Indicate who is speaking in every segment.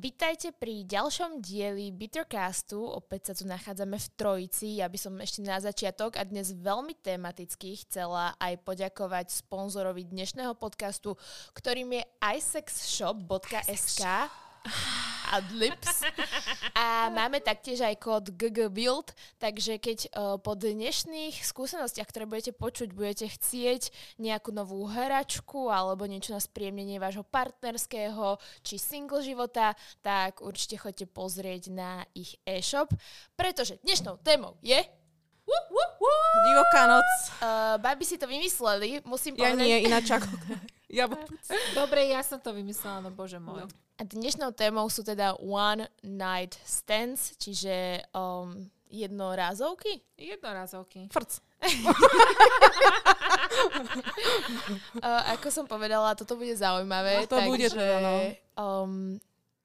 Speaker 1: Vítajte pri ďalšom dieli Bittercastu. Opäť sa tu nachádzame v trojici. Ja by som ešte na začiatok a dnes veľmi tematicky chcela aj poďakovať sponzorovi dnešného podcastu, ktorým je isexshop.sk a Lips. A máme taktiež aj kód GGBuild, takže keď eh, po dnešných skúsenostiach, ktoré budete počuť, budete chcieť nejakú novú hračku alebo niečo na spriemnenie vášho partnerského či single života, tak určite choďte pozrieť na ich e-shop, pretože dnešnou témou je... e, Wup, wup, wup.
Speaker 2: Divoká noc.
Speaker 1: Eh, baby si to vymysleli, musím
Speaker 2: Ja
Speaker 1: povedať.
Speaker 2: nie, ináč ako... Ja bu-
Speaker 3: Dobre, ja som to vymyslela, no bože môj.
Speaker 2: No.
Speaker 3: No.
Speaker 1: A dnešnou témou sú teda one night stands, čiže um, jednorázovky.
Speaker 3: Jednorazovky.
Speaker 2: Frc.
Speaker 1: Uh, ako som povedala, toto bude zaujímavé.
Speaker 2: No, to bude teda, no.
Speaker 1: um,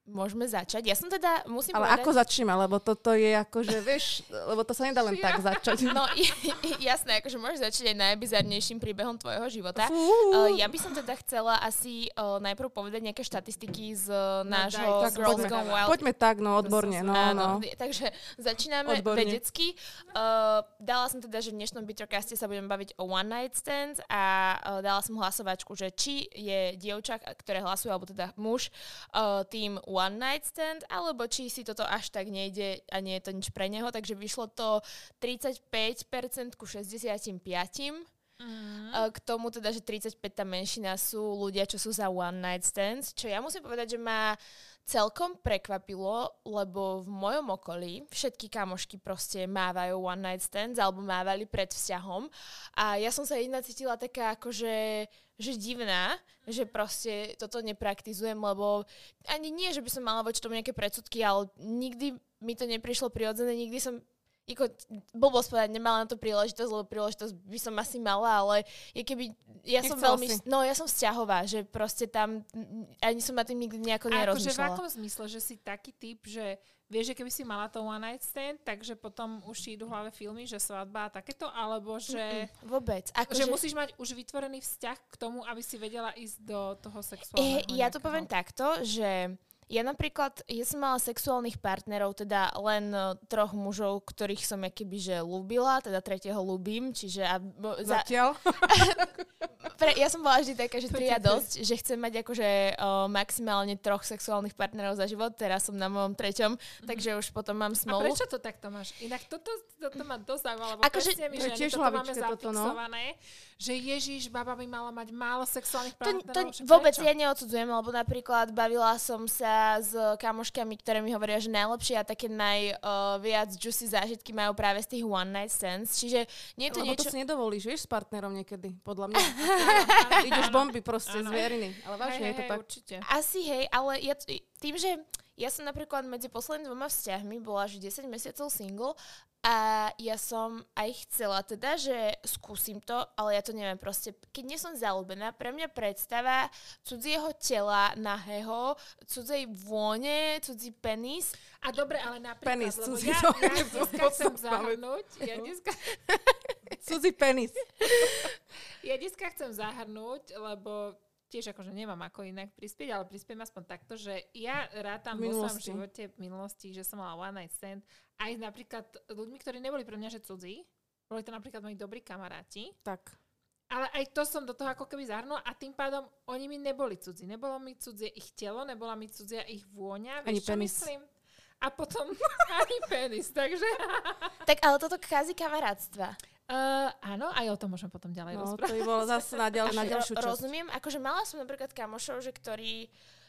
Speaker 1: môžeme začať. Ja som teda, musím
Speaker 2: Ale
Speaker 1: povedať...
Speaker 2: ako začneme, lebo toto je ako, že vieš, lebo to sa nedá len tak začať.
Speaker 1: No i- jasné, akože môžeš začať aj najbizarnejším príbehom tvojho života.
Speaker 2: Fú.
Speaker 1: Uh, ja by som teda chcela asi uh, najprv povedať nejaké štatistiky z uh, nášho
Speaker 3: daj,
Speaker 2: No, tak
Speaker 1: Girls
Speaker 2: poďme.
Speaker 1: Gone Wild
Speaker 2: Poďme tak, no odborne, no, no.
Speaker 1: Áno, takže začíname
Speaker 2: Odborne.
Speaker 1: vedecky. Uh, dala som teda, že v dnešnom Bittercaste sa budeme baviť o one night stands a uh, dala som hlasovačku, že či je dievča, ktoré hlasuje, alebo teda muž, uh, tým one night stand, alebo či si toto až tak nejde a nie je to nič pre neho. Takže vyšlo to 35% ku 65%. Uh, K tomu teda, že 35 tá menšina sú ľudia, čo sú za one night stands, čo ja musím povedať, že ma celkom prekvapilo, lebo v mojom okolí všetky kamošky proste mávajú one night stands alebo mávali pred vzťahom a ja som sa jedna cítila taká akože že divná, že proste toto nepraktizujem, lebo ani nie, že by som mala voči tomu nejaké predsudky, ale nikdy mi to neprišlo prirodzené, nikdy som ako, blbosť povedať, nemala na to príležitosť, lebo príležitosť by som asi mala, ale je keby, ja som
Speaker 2: Nechcela
Speaker 1: veľmi,
Speaker 2: si.
Speaker 1: no ja som vzťahová, že proste tam, mm, ani som na tým nikdy nejako
Speaker 3: Akože v
Speaker 1: nerozmýšľala.
Speaker 3: akom zmysle, že si taký typ, že vieš, že keby si mala to one night stand, takže potom už ti idú v hlave filmy, že svadba a takéto, alebo že,
Speaker 1: Vôbec. Akože- Eh, Ako,
Speaker 3: že musíš mať už vytvorený vzťah k tomu, aby si vedela ísť do toho
Speaker 1: e,
Speaker 3: sexuálneho.
Speaker 1: ja to
Speaker 3: nejakého.
Speaker 1: poviem takto, že ja napríklad, ja som mala sexuálnych partnerov, teda len e, troch mužov, ktorých som ja keby, že ľúbila, teda tretieho ľúbim, čiže a, bo, za,
Speaker 2: Zatiaľ.
Speaker 1: pre, ja som bola vždy taká, že tri a
Speaker 3: Počkaj.
Speaker 1: dosť, že chcem mať akože o, maximálne troch sexuálnych partnerov za život, teraz som na mojom treťom, takže už potom mám
Speaker 3: A
Speaker 1: smolu.
Speaker 3: prečo to takto máš? Inak toto, toto ma dosť zaujímalo, lebo
Speaker 1: Akože-
Speaker 3: presne my
Speaker 2: To je
Speaker 3: ženy
Speaker 2: tiež
Speaker 3: toto
Speaker 2: hlavičke
Speaker 3: máme
Speaker 2: toto, no.
Speaker 3: zafixované, že Ježiš, baba by mala mať málo sexuálnych
Speaker 1: To,
Speaker 3: partnerov.
Speaker 1: to
Speaker 2: no,
Speaker 3: však
Speaker 1: vôbec
Speaker 3: prečo?
Speaker 1: ja neodsudzujem, lebo napríklad bavila som sa s kamoškami, ktoré mi hovoria, že najlepšie a také najviac juicy zážitky majú práve z tých one night stands. Čiže nie je to
Speaker 2: Lebo
Speaker 1: niečo...
Speaker 2: to si nedovolíš, vieš, s partnerom niekedy, podľa mňa.
Speaker 3: Áno,
Speaker 2: Ideš
Speaker 3: áno.
Speaker 2: bomby proste z
Speaker 3: Áno.
Speaker 2: vieriny. Ale vážne
Speaker 3: Hej,
Speaker 2: je to
Speaker 3: hej,
Speaker 2: tak.
Speaker 3: Určite.
Speaker 1: Asi hej, ale ja t- tým, že ja som napríklad medzi poslednými dvoma vzťahmi bola až 10 mesiacov single a ja som aj chcela teda, že skúsim to, ale ja to neviem proste. Keď nie som zalúbená, pre mňa predstava cudzieho tela nahého, cudzej vône, cudzí penis.
Speaker 3: A dobre, ale napríklad,
Speaker 2: Penis,
Speaker 3: lebo
Speaker 2: cudzí no,
Speaker 3: ja,
Speaker 2: to- No.
Speaker 3: ja dneska
Speaker 2: to
Speaker 3: chcem
Speaker 2: máme.
Speaker 3: zahrnúť, ja dneska,
Speaker 2: Cudzí penis.
Speaker 3: ja dneska chcem zahrnúť, lebo tiež akože nemám ako inak prispieť, ale prispiem aspoň takto, že ja rátam
Speaker 2: V
Speaker 3: vo svojom
Speaker 2: minulosti.
Speaker 3: živote v minulosti, že som mala one night stand aj s napríklad ľuďmi, ktorí neboli pre mňa že cudzí, boli to napríklad moji dobrí kamaráti,
Speaker 2: Tak.
Speaker 3: ale aj to som do toho ako keby zahrnula a tým pádom oni mi neboli cudzí. Nebolo mi cudzie ich telo, nebola mi cudzia ich vôňa. Vieš,
Speaker 2: Ani
Speaker 3: čo
Speaker 2: penis.
Speaker 3: myslím? A potom ani penis, takže...
Speaker 1: Tak ale toto kází kamarátstva.
Speaker 3: Uh, áno, aj o tom môžem potom ďalej
Speaker 2: No, to
Speaker 3: rozprávať.
Speaker 2: by bolo zase na, ďal, na
Speaker 1: Ro-
Speaker 2: ďalšiu časť.
Speaker 1: Rozumiem, akože mala som napríklad kamošov, že ktorí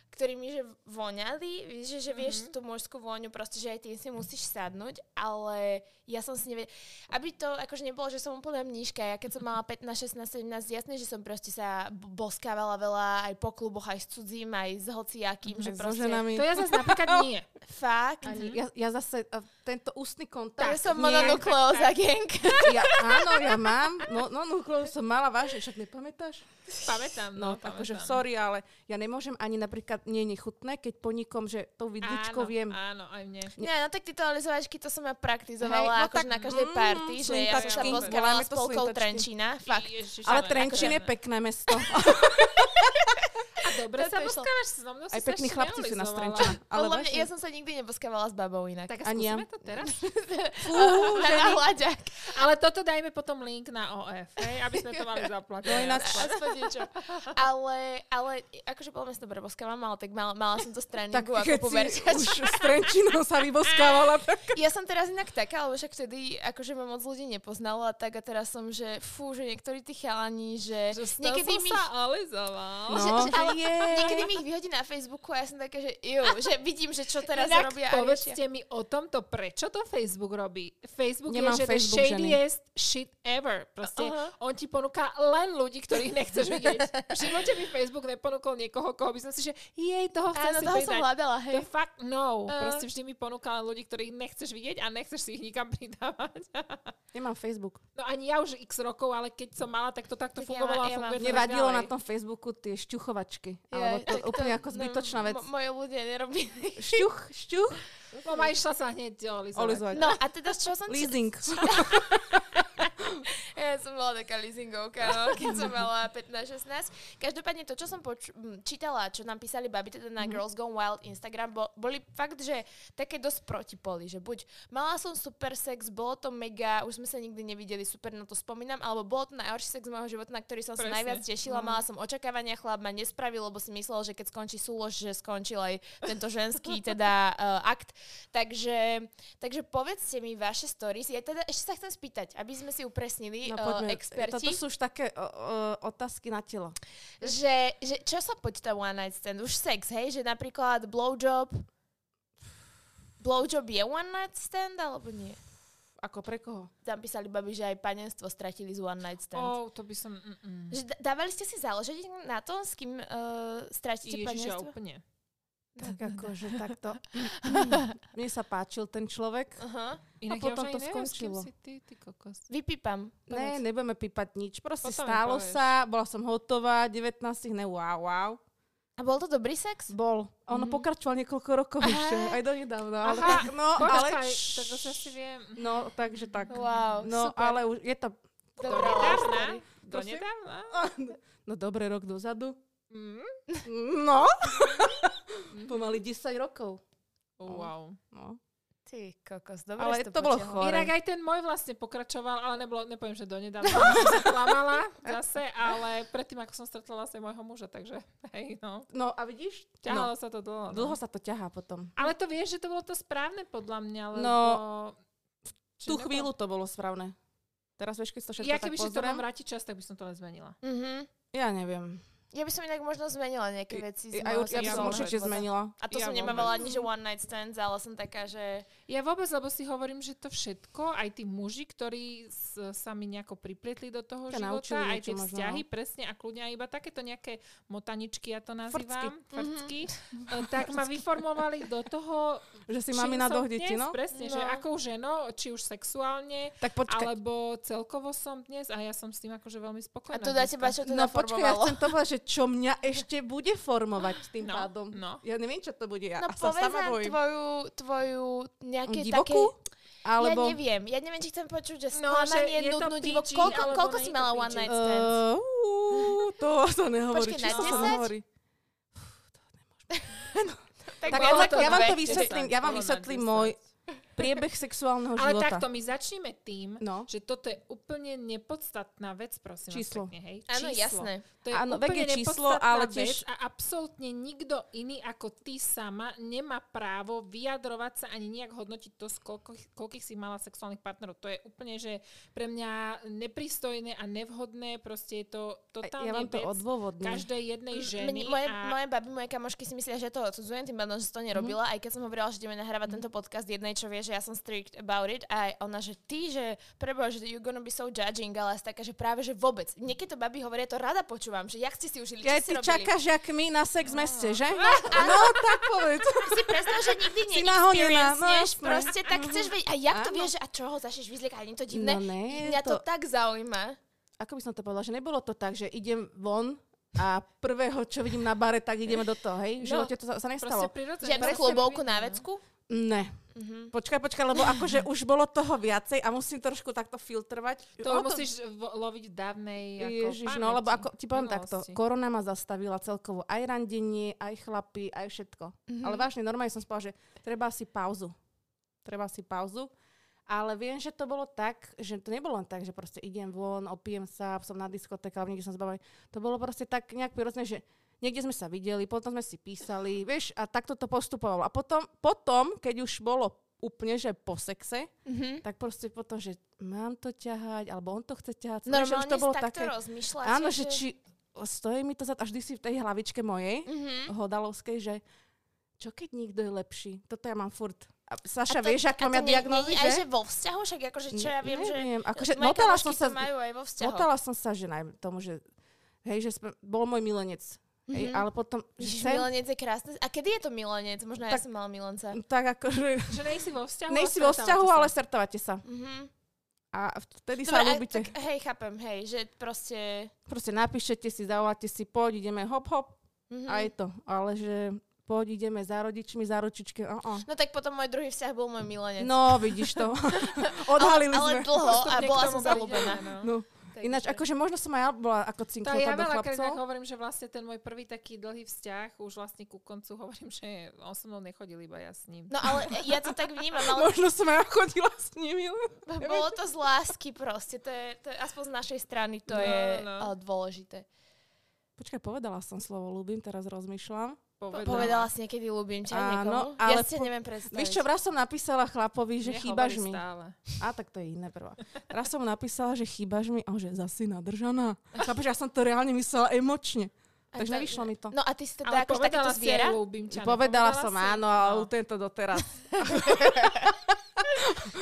Speaker 1: ktorí mi že voňali, vieš, že, že vieš
Speaker 2: Mhm.
Speaker 1: tú mužskú vôňu, proste, že aj tým si musíš sadnúť, ale ja som si nevedela, aby to akože nebolo, že som úplne mníška, ja keď som mala 15, 16, 17, jasne, že som proste sa b- boskávala veľa aj po kluboch, aj s cudzím, aj s hociakým, že
Speaker 2: Aj Mhm, So
Speaker 1: proste,
Speaker 2: ženami.
Speaker 3: To ja zase napríklad nie.
Speaker 1: fakt,
Speaker 2: Ani- ja, ja zase, a tento ústny kontakt.
Speaker 1: tak, ja som
Speaker 2: nie.
Speaker 1: mononukleóza gang.
Speaker 2: Ja, áno, ja mám. No, no, nukleus som mala vážne, však nepamätáš?
Speaker 3: Pamätám,
Speaker 2: No,
Speaker 3: no, pamätám.
Speaker 2: akože sorry, ale ja nemôžem ani napríklad, nie je nechutné, keď po nikom, že tou vidličkou
Speaker 3: áno,
Speaker 2: viem.
Speaker 3: Áno, aj mne.
Speaker 1: Nie, no tak tieto alizovačky, to som ja praktizovala
Speaker 2: Hej, no
Speaker 1: akože
Speaker 2: tak,
Speaker 1: na každej
Speaker 2: mm,
Speaker 1: party, že ja som sa
Speaker 3: slintačky.
Speaker 1: boskávala
Speaker 2: Voláme
Speaker 1: s
Speaker 2: to
Speaker 1: polkou
Speaker 2: slintačky. akože-
Speaker 1: Trenčína, fakt.
Speaker 3: Ježiš,
Speaker 2: Ale Trenčín je
Speaker 3: akože-
Speaker 2: pekné mesto.
Speaker 3: A
Speaker 1: To
Speaker 3: dobre
Speaker 1: sa
Speaker 3: sa
Speaker 1: išlo.
Speaker 3: poskávaš so mnou,
Speaker 2: Aj pekní
Speaker 3: si strašne
Speaker 2: chlapci si
Speaker 3: realizovala.
Speaker 2: nastrenčila. Ale vlastne-
Speaker 1: Podľa mňa,
Speaker 2: vážne.
Speaker 1: ja som sa nikdy neposkávala s babou inak.
Speaker 3: Tak a
Speaker 2: Ani ja.
Speaker 3: skúsime to teraz?
Speaker 1: Fú, na hľaďak.
Speaker 3: Ale toto dajme potom link na OF, hej, aby sme to mali zaplatené.
Speaker 2: Dvojnáct-
Speaker 3: aspoň.
Speaker 1: Aspoň niečo. Ale, ale akože podľa mňa si to breboskávam, ale tak mala, mala som to z
Speaker 2: tak
Speaker 1: tréningu
Speaker 2: keď
Speaker 1: ako
Speaker 2: si
Speaker 1: poberčač.
Speaker 2: už s Trenčinou sa vyboskávala, tak
Speaker 1: Ja som teraz inak taká, lebo však vtedy akože ma moc ľudí nepoznalo a tak a teraz som, že fú, že niektorí tí chalani, že, niekedy mi...
Speaker 3: sa alizoval.
Speaker 2: No.
Speaker 1: Že, že, ale
Speaker 2: Je.
Speaker 1: niekedy mi ich vyhodí na Facebooku a ja som taká, že ju, že vidím, že čo teraz
Speaker 3: Inak
Speaker 1: robia. a riešia.
Speaker 3: povedzte mi o tomto, prečo to Facebook robí. Facebook
Speaker 2: Nemám
Speaker 3: je, že
Speaker 2: Facebook,
Speaker 3: the shadiest shit ever. Proste
Speaker 1: Aha.
Speaker 3: on ti ponúka len ľudí, ktorých nechceš vidieť. V živote mi Facebook neponúkol niekoho, koho by som si, že jej, toho
Speaker 1: Áno,
Speaker 3: chcem si
Speaker 1: toho som
Speaker 3: pridať.
Speaker 1: hľadala, hej.
Speaker 3: To fakt no.
Speaker 1: Eh.
Speaker 3: Proste vždy mi ponúka len ľudí, ktorých nechceš vidieť a nechceš si ich nikam pridávať.
Speaker 2: nemám Facebook.
Speaker 3: No ani ja už x rokov, ale keď som mala, tak to
Speaker 1: Tak
Speaker 3: takto
Speaker 1: ja
Speaker 3: fungovalo
Speaker 1: mám-
Speaker 3: a
Speaker 1: ja mám
Speaker 3: funguje to
Speaker 2: Nevadilo
Speaker 3: ďalej.
Speaker 2: na tom Facebooku tie šťuchovačky.
Speaker 1: Ja,
Speaker 2: Alebo to
Speaker 1: tak to-
Speaker 2: úplne ako
Speaker 1: no,
Speaker 2: zbytočná vec.
Speaker 1: mo- Moji ľudia nerobili.
Speaker 2: Šťuch, šťuch,
Speaker 3: Mama išla sa hneď olizovať.
Speaker 2: olizovať.
Speaker 1: No a teda čo som...
Speaker 2: Leasing.
Speaker 1: Ja som bola taká leasingovka, no, keď som mala 15-16. Každopádne to, čo som poč- m, čítala, čo nám písali babi teda
Speaker 2: Mhm.
Speaker 1: na Girls Gone Wild Instagram, bo- boli fakt, že také dosť protipoly, že buď mala som super sex, bolo to mega, už sme sa nikdy nevideli, super na to spomínam, alebo bolo to najhorší sex môjho života, na ktorý som sa
Speaker 3: Presne.
Speaker 1: najviac tešila,
Speaker 2: Mhm.
Speaker 1: mala som očakávania, chlap ma nespravil, lebo si myslel, že keď skončí súlož, že skončil aj tento ženský teda eh, akt. Takže, takže povedzte mi vaše stories. Ja teda ešte sa chcem spýtať, aby sme si upresnili
Speaker 3: e,
Speaker 1: eh,
Speaker 2: No, poďme. Toto
Speaker 1: experti,
Speaker 2: sú už také o, o, otázky na telo.
Speaker 1: že, že čo sa počíta one night stand? Už sex, hej? Že napríklad blowjob... Blowjob je one night stand, alebo nie?
Speaker 2: Ako pre koho?
Speaker 1: Tam písali babi, že aj panenstvo stratili z one night stand.
Speaker 3: Oh, to by som... Mm-mm.
Speaker 1: Že d- dávali ste si záležať na tom, s kým uh, stratíte
Speaker 3: Ježiša,
Speaker 1: panenstvo?
Speaker 3: úplne.
Speaker 2: Tak akože takto. Mne sa páčil ten človek.
Speaker 1: Aha.
Speaker 3: Inak
Speaker 2: No, potom to
Speaker 3: ja už ani neviem, s kým
Speaker 2: skončilo.
Speaker 3: si ty, ty kokos.
Speaker 1: Vypípam.
Speaker 2: Ne, nebudeme pípať nič. Proste
Speaker 3: Potom mi
Speaker 2: stálo
Speaker 3: povieš.
Speaker 2: sa, bola som hotová, 19, ne wow, wow.
Speaker 1: A bol to dobrý sex?
Speaker 2: Bol. A Ono pokračoval niekoľko rokov
Speaker 1: Aha.
Speaker 2: ešte, aj do nedávna. Ale,
Speaker 3: Mhm. Aha,
Speaker 2: tak, no, ale,
Speaker 3: Počkaj, tak to sa si viem.
Speaker 2: no, takže tak.
Speaker 1: Wow,
Speaker 2: No,
Speaker 1: super.
Speaker 2: ale už je to...
Speaker 1: Dobrá
Speaker 3: Donedávna?
Speaker 1: story.
Speaker 2: Prosím?
Speaker 3: Donedávna?
Speaker 2: No dobre, rok dozadu.
Speaker 3: Mm.
Speaker 2: No.
Speaker 3: Mhm.
Speaker 2: Pomaly 10 rokov.
Speaker 3: Oh, Wow.
Speaker 2: No.
Speaker 1: Ty kokos, dobre
Speaker 2: Ale
Speaker 1: si
Speaker 2: to bolo
Speaker 1: potiahol.
Speaker 2: chore.
Speaker 3: Inak aj ten môj vlastne pokračoval, ale nebolo, nepoviem, že donedávna, som sa klamala zase, ale predtým, ako som stretla vlastne môjho muža, takže hej, no.
Speaker 2: No a vidíš?
Speaker 3: Ťahalo sa to
Speaker 2: No.
Speaker 3: dlho. No.
Speaker 2: Dlho sa to ťahá potom.
Speaker 3: Ale to vieš, že to bolo to správne podľa mňa, lebo...
Speaker 2: No, V
Speaker 3: Či
Speaker 2: tú
Speaker 3: nebolo-
Speaker 2: chvíľu to bolo správne. Teraz vieš, keď si to všetko
Speaker 3: Ja
Speaker 2: tak
Speaker 3: keby si to
Speaker 2: pozriem.
Speaker 3: mám vrátiť čas, tak by som to len zmenila.
Speaker 1: Mhm.
Speaker 2: Ja neviem.
Speaker 1: Ja by som inak možno zmenila nejaké veci. z
Speaker 2: Aj,
Speaker 1: môjho
Speaker 2: ja by
Speaker 1: sexuálneho
Speaker 2: som určite
Speaker 1: života.
Speaker 2: zmenila.
Speaker 1: A to
Speaker 3: Ja
Speaker 1: som
Speaker 3: vôbec.
Speaker 1: nemávala ani, že one night stands, ale som taká, že...
Speaker 3: Ja vôbec, lebo si hovorím, že to všetko, aj tí muži, ktorí s, sa mi nejako priplietli do toho
Speaker 2: Ťa naučili
Speaker 3: života, aj
Speaker 2: niečo
Speaker 3: tie
Speaker 2: možno,
Speaker 3: vzťahy,
Speaker 2: no.
Speaker 3: presne, a kľudne aj iba takéto nejaké motaničky, ja to
Speaker 2: Frcky. Mhm.
Speaker 3: nazývam, frcky, e, tak ma vyformovali do toho,
Speaker 2: Že si
Speaker 3: čím
Speaker 2: mamina
Speaker 3: som
Speaker 2: do deti,
Speaker 3: dnes,
Speaker 2: no?
Speaker 3: presne, že
Speaker 1: No.
Speaker 3: akou ženou, či už sexuálne,
Speaker 2: Tak počkaj.
Speaker 3: alebo celkovo som dnes a ja som s tým akože veľmi
Speaker 1: A
Speaker 3: spokojná.
Speaker 1: to dá
Speaker 3: dneska.
Speaker 1: teba, čo to
Speaker 2: No počkaj, ja
Speaker 1: naformovalo.
Speaker 2: chcem to povedať, že čo mňa ešte bude formovať tým
Speaker 3: No,
Speaker 2: pádom.
Speaker 3: no.
Speaker 2: Ja neviem, čo to bude. Ja
Speaker 1: No
Speaker 2: a sa
Speaker 1: povedz
Speaker 2: sama
Speaker 1: nám
Speaker 2: bojím.
Speaker 1: tvoju, tvoju nejaké
Speaker 2: Divokú?
Speaker 1: také...
Speaker 2: Alebo...
Speaker 1: Ja neviem, ja neviem, či chcem počuť, že
Speaker 3: No, že
Speaker 1: sklamanie,
Speaker 3: je to
Speaker 1: nudnú
Speaker 3: PG,
Speaker 1: divokú. Koľko,
Speaker 3: alebo
Speaker 1: koľko
Speaker 3: nie
Speaker 1: si
Speaker 3: je to
Speaker 1: mala
Speaker 3: PG?
Speaker 1: one night stands?
Speaker 2: Uh, to sa nehovorí.
Speaker 1: Počkaj,
Speaker 2: Počkej,
Speaker 1: na
Speaker 2: sa
Speaker 1: 10?
Speaker 2: nehovorí. Tak
Speaker 1: viac
Speaker 2: bolo
Speaker 1: ako
Speaker 2: to- ja vám
Speaker 1: dve.
Speaker 2: to vysvetlím, ja vám
Speaker 3: Bolo na
Speaker 2: vysvetlím
Speaker 3: 10.
Speaker 2: môj Priebeh sexuálneho
Speaker 3: Ale
Speaker 2: života.
Speaker 3: takto, my začneme tým,
Speaker 2: No.
Speaker 3: že toto je úplne nepodstatná vec, prosím vás
Speaker 2: Číslo.
Speaker 3: pekne, hej.
Speaker 1: Áno,
Speaker 3: Číslo.
Speaker 1: jasné.
Speaker 3: To je
Speaker 2: Áno,
Speaker 3: úplne
Speaker 2: vek je číslo,
Speaker 3: nepodstatná
Speaker 2: ale tiež-
Speaker 3: vec a absolútne nikto iný ako ty sama nemá právo vyjadrovať sa ani nejak hodnotiť to, z koľkých, koľkých si mala sexuálnych partnerov. To je úplne, že pre mňa nepristojné a nevhodné, proste je to totálne
Speaker 2: ja vám to
Speaker 3: vec
Speaker 2: odôvodním.
Speaker 3: každej jednej ženy.
Speaker 1: Mne- moje,
Speaker 3: a...
Speaker 1: moje baby, moje kamošky si myslia, že to odsudzujem, tým pádom, že som to nerobila,
Speaker 2: Mhm.
Speaker 1: aj keď som hovorila, že ideme nahrávať tento podcast jednej, čo vie, že ja som strict about it a aj ona, že ty, že preboha, že you're gonna be so judging, ale ja som taká, že práve, že vôbec. Niekedy to baby hovoria, to rada počúvam, že jak ste si užili, čo
Speaker 2: Ja
Speaker 1: ste
Speaker 2: ty
Speaker 1: robili.
Speaker 2: čakáš, jak my na sex meste, že? No, tak povedz.
Speaker 1: si predstav, že nikdy
Speaker 2: Si nahonená, no
Speaker 1: neexperiencneš,
Speaker 2: jasné. Mhm.
Speaker 1: proste tak chceš vedieť. A jak to
Speaker 2: Áno.
Speaker 1: vieš, že a čo ho začneš vyzliekať, nie je to divné?
Speaker 2: No ne,
Speaker 1: Mňa to
Speaker 2: to-
Speaker 1: tak zaujíma.
Speaker 2: Ako by som to povedala, že nebolo to tak, že idem von a prvého, čo vidím na bare, tak ideme do toho, hej? V
Speaker 1: No,
Speaker 2: živote to sa, sa
Speaker 3: Proste
Speaker 2: nestalo.
Speaker 3: prirodzene.
Speaker 1: Žiadnu
Speaker 3: Presne
Speaker 1: klobovku
Speaker 3: prirodzene.
Speaker 1: na vecku?
Speaker 2: Ne.
Speaker 1: Mhm.
Speaker 2: Počkaj, počkaj, lebo akože už bolo toho viacej a musím trošku takto filtrovať.
Speaker 3: To
Speaker 2: Ono
Speaker 3: musíš v- loviť v dávnej ako
Speaker 2: Ježiš, no lebo ako, ti poviem takto,
Speaker 3: minulosti.
Speaker 2: korona ma zastavila celkovo aj randenie, aj chlapy, aj všetko.
Speaker 3: Mhm.
Speaker 2: Mm-hmm. Ale vážne, normálne som spala, že treba si pauzu. Treba si pauzu. Ale viem, že to bolo tak, že to nebolo len tak, že proste idem von, opijem sa, som na diskotéke, alebo niekde som zbavený. To bolo proste tak nejak prirodzené, že niekde sme sa videli, potom sme si písali, vieš, a takto to postupovalo. A potom, potom keď už bolo úplne, že po sexe,
Speaker 1: Mhm.
Speaker 2: tak proste potom, že mám to ťahať, alebo on to chce ťahať. Vieš, že už
Speaker 1: Normálne to bolo takto vlastne, rozmýšľať.
Speaker 2: Áno, že či stojí mi to za... A vždy si v tej hlavičke mojej,
Speaker 1: Mhm.
Speaker 2: hodalovskej, že čo keď nikto je lepší? Toto ja mám furt. A
Speaker 1: A
Speaker 2: Saša,
Speaker 1: to-
Speaker 2: vieš, ak
Speaker 1: a to
Speaker 2: mám ja
Speaker 1: nie-
Speaker 2: diagnózy,
Speaker 1: nie je
Speaker 2: že?
Speaker 1: Aj, že vo vzťahu, však akože čo ja viem, že...
Speaker 2: neviem. Akože,
Speaker 1: moje
Speaker 2: motala som
Speaker 1: kamošky
Speaker 2: sa,
Speaker 1: to majú aj vo vzťahu.
Speaker 2: motala som sa, že najmä tomu, že hej, že sme, bol môj milenec. Hej,
Speaker 1: Mhm.
Speaker 2: ale potom, že
Speaker 1: Ježiš,
Speaker 2: sem,
Speaker 1: milenec je krásne. A kedy je to milenec? Možno ja
Speaker 2: Tak-
Speaker 1: som mala milenca.
Speaker 2: tak akože,
Speaker 3: Že nejsi vo vzťahu,
Speaker 2: nejsi
Speaker 3: ale
Speaker 2: vo vzťahu, ale
Speaker 3: stretávate sa.
Speaker 2: startávate sa.
Speaker 1: Mhm.
Speaker 2: A vtedy
Speaker 1: Dobre,
Speaker 2: sa
Speaker 1: a-
Speaker 2: ľúbite.
Speaker 1: tak hej, chápem, hej, že proste...
Speaker 2: Proste napíšete si, zavoláte si, poď, ideme hop, hop,
Speaker 1: Mhm.
Speaker 2: A je to, ale že poď ideme za rodičmi, za rodičky, o, o.
Speaker 1: No tak potom môj druhý vzťah bol môj milenec.
Speaker 2: No, vidíš to. Odhalili
Speaker 1: ale
Speaker 2: sme.
Speaker 1: dlho a
Speaker 3: Postupne k
Speaker 1: bola
Speaker 3: tomu
Speaker 1: som
Speaker 3: prídeme,
Speaker 1: zalúbená.
Speaker 3: no.
Speaker 2: No. Ináč, akože možno som aj ja bola ako
Speaker 3: To ja
Speaker 2: cinknutá do
Speaker 3: veľa
Speaker 2: chlapcov.
Speaker 3: krát hovorím, že vlastne ten môj prvý taký dlhý vzťah, už vlastne ku koncu hovorím, že on so mnou nechodil iba ja s ním.
Speaker 1: No ale ja to tak vnímam, ale
Speaker 2: Možno som aj ja chodila s nimi.
Speaker 1: bolo to z lásky proste. To je, to je aspoň z našej strany to
Speaker 3: No,
Speaker 1: je
Speaker 3: no.
Speaker 1: uh, dôležité.
Speaker 2: Počkaj, povedala som slovo ľúbim, teraz rozmýšľam.
Speaker 1: Povedala, Povedala si niekedy ľúbim ťa
Speaker 2: Áno,
Speaker 1: niekomu? ja
Speaker 2: ale
Speaker 1: si ťa
Speaker 2: po-
Speaker 1: neviem predstaviť.
Speaker 2: Vieš čo, raz som napísala chlapovi, že
Speaker 3: Mne
Speaker 2: chýbaš
Speaker 3: hovorí
Speaker 2: mi.
Speaker 3: Stále.
Speaker 2: A tak to je iné prvá. Raz som napísala, že chýbaš mi a on že zasi nadržaná. Chápeš, ja som to reálne myslela emočne.
Speaker 1: A
Speaker 2: Takže
Speaker 1: to-
Speaker 2: nevyšlo mi to.
Speaker 1: No a ty si teda
Speaker 3: Ale
Speaker 1: akože
Speaker 3: povedala
Speaker 1: takéto
Speaker 3: si
Speaker 1: zviera?
Speaker 3: aj ľúbim ťa.
Speaker 2: Povedala
Speaker 3: nepovedala
Speaker 2: som
Speaker 3: si?
Speaker 2: áno, ale u tento doteraz.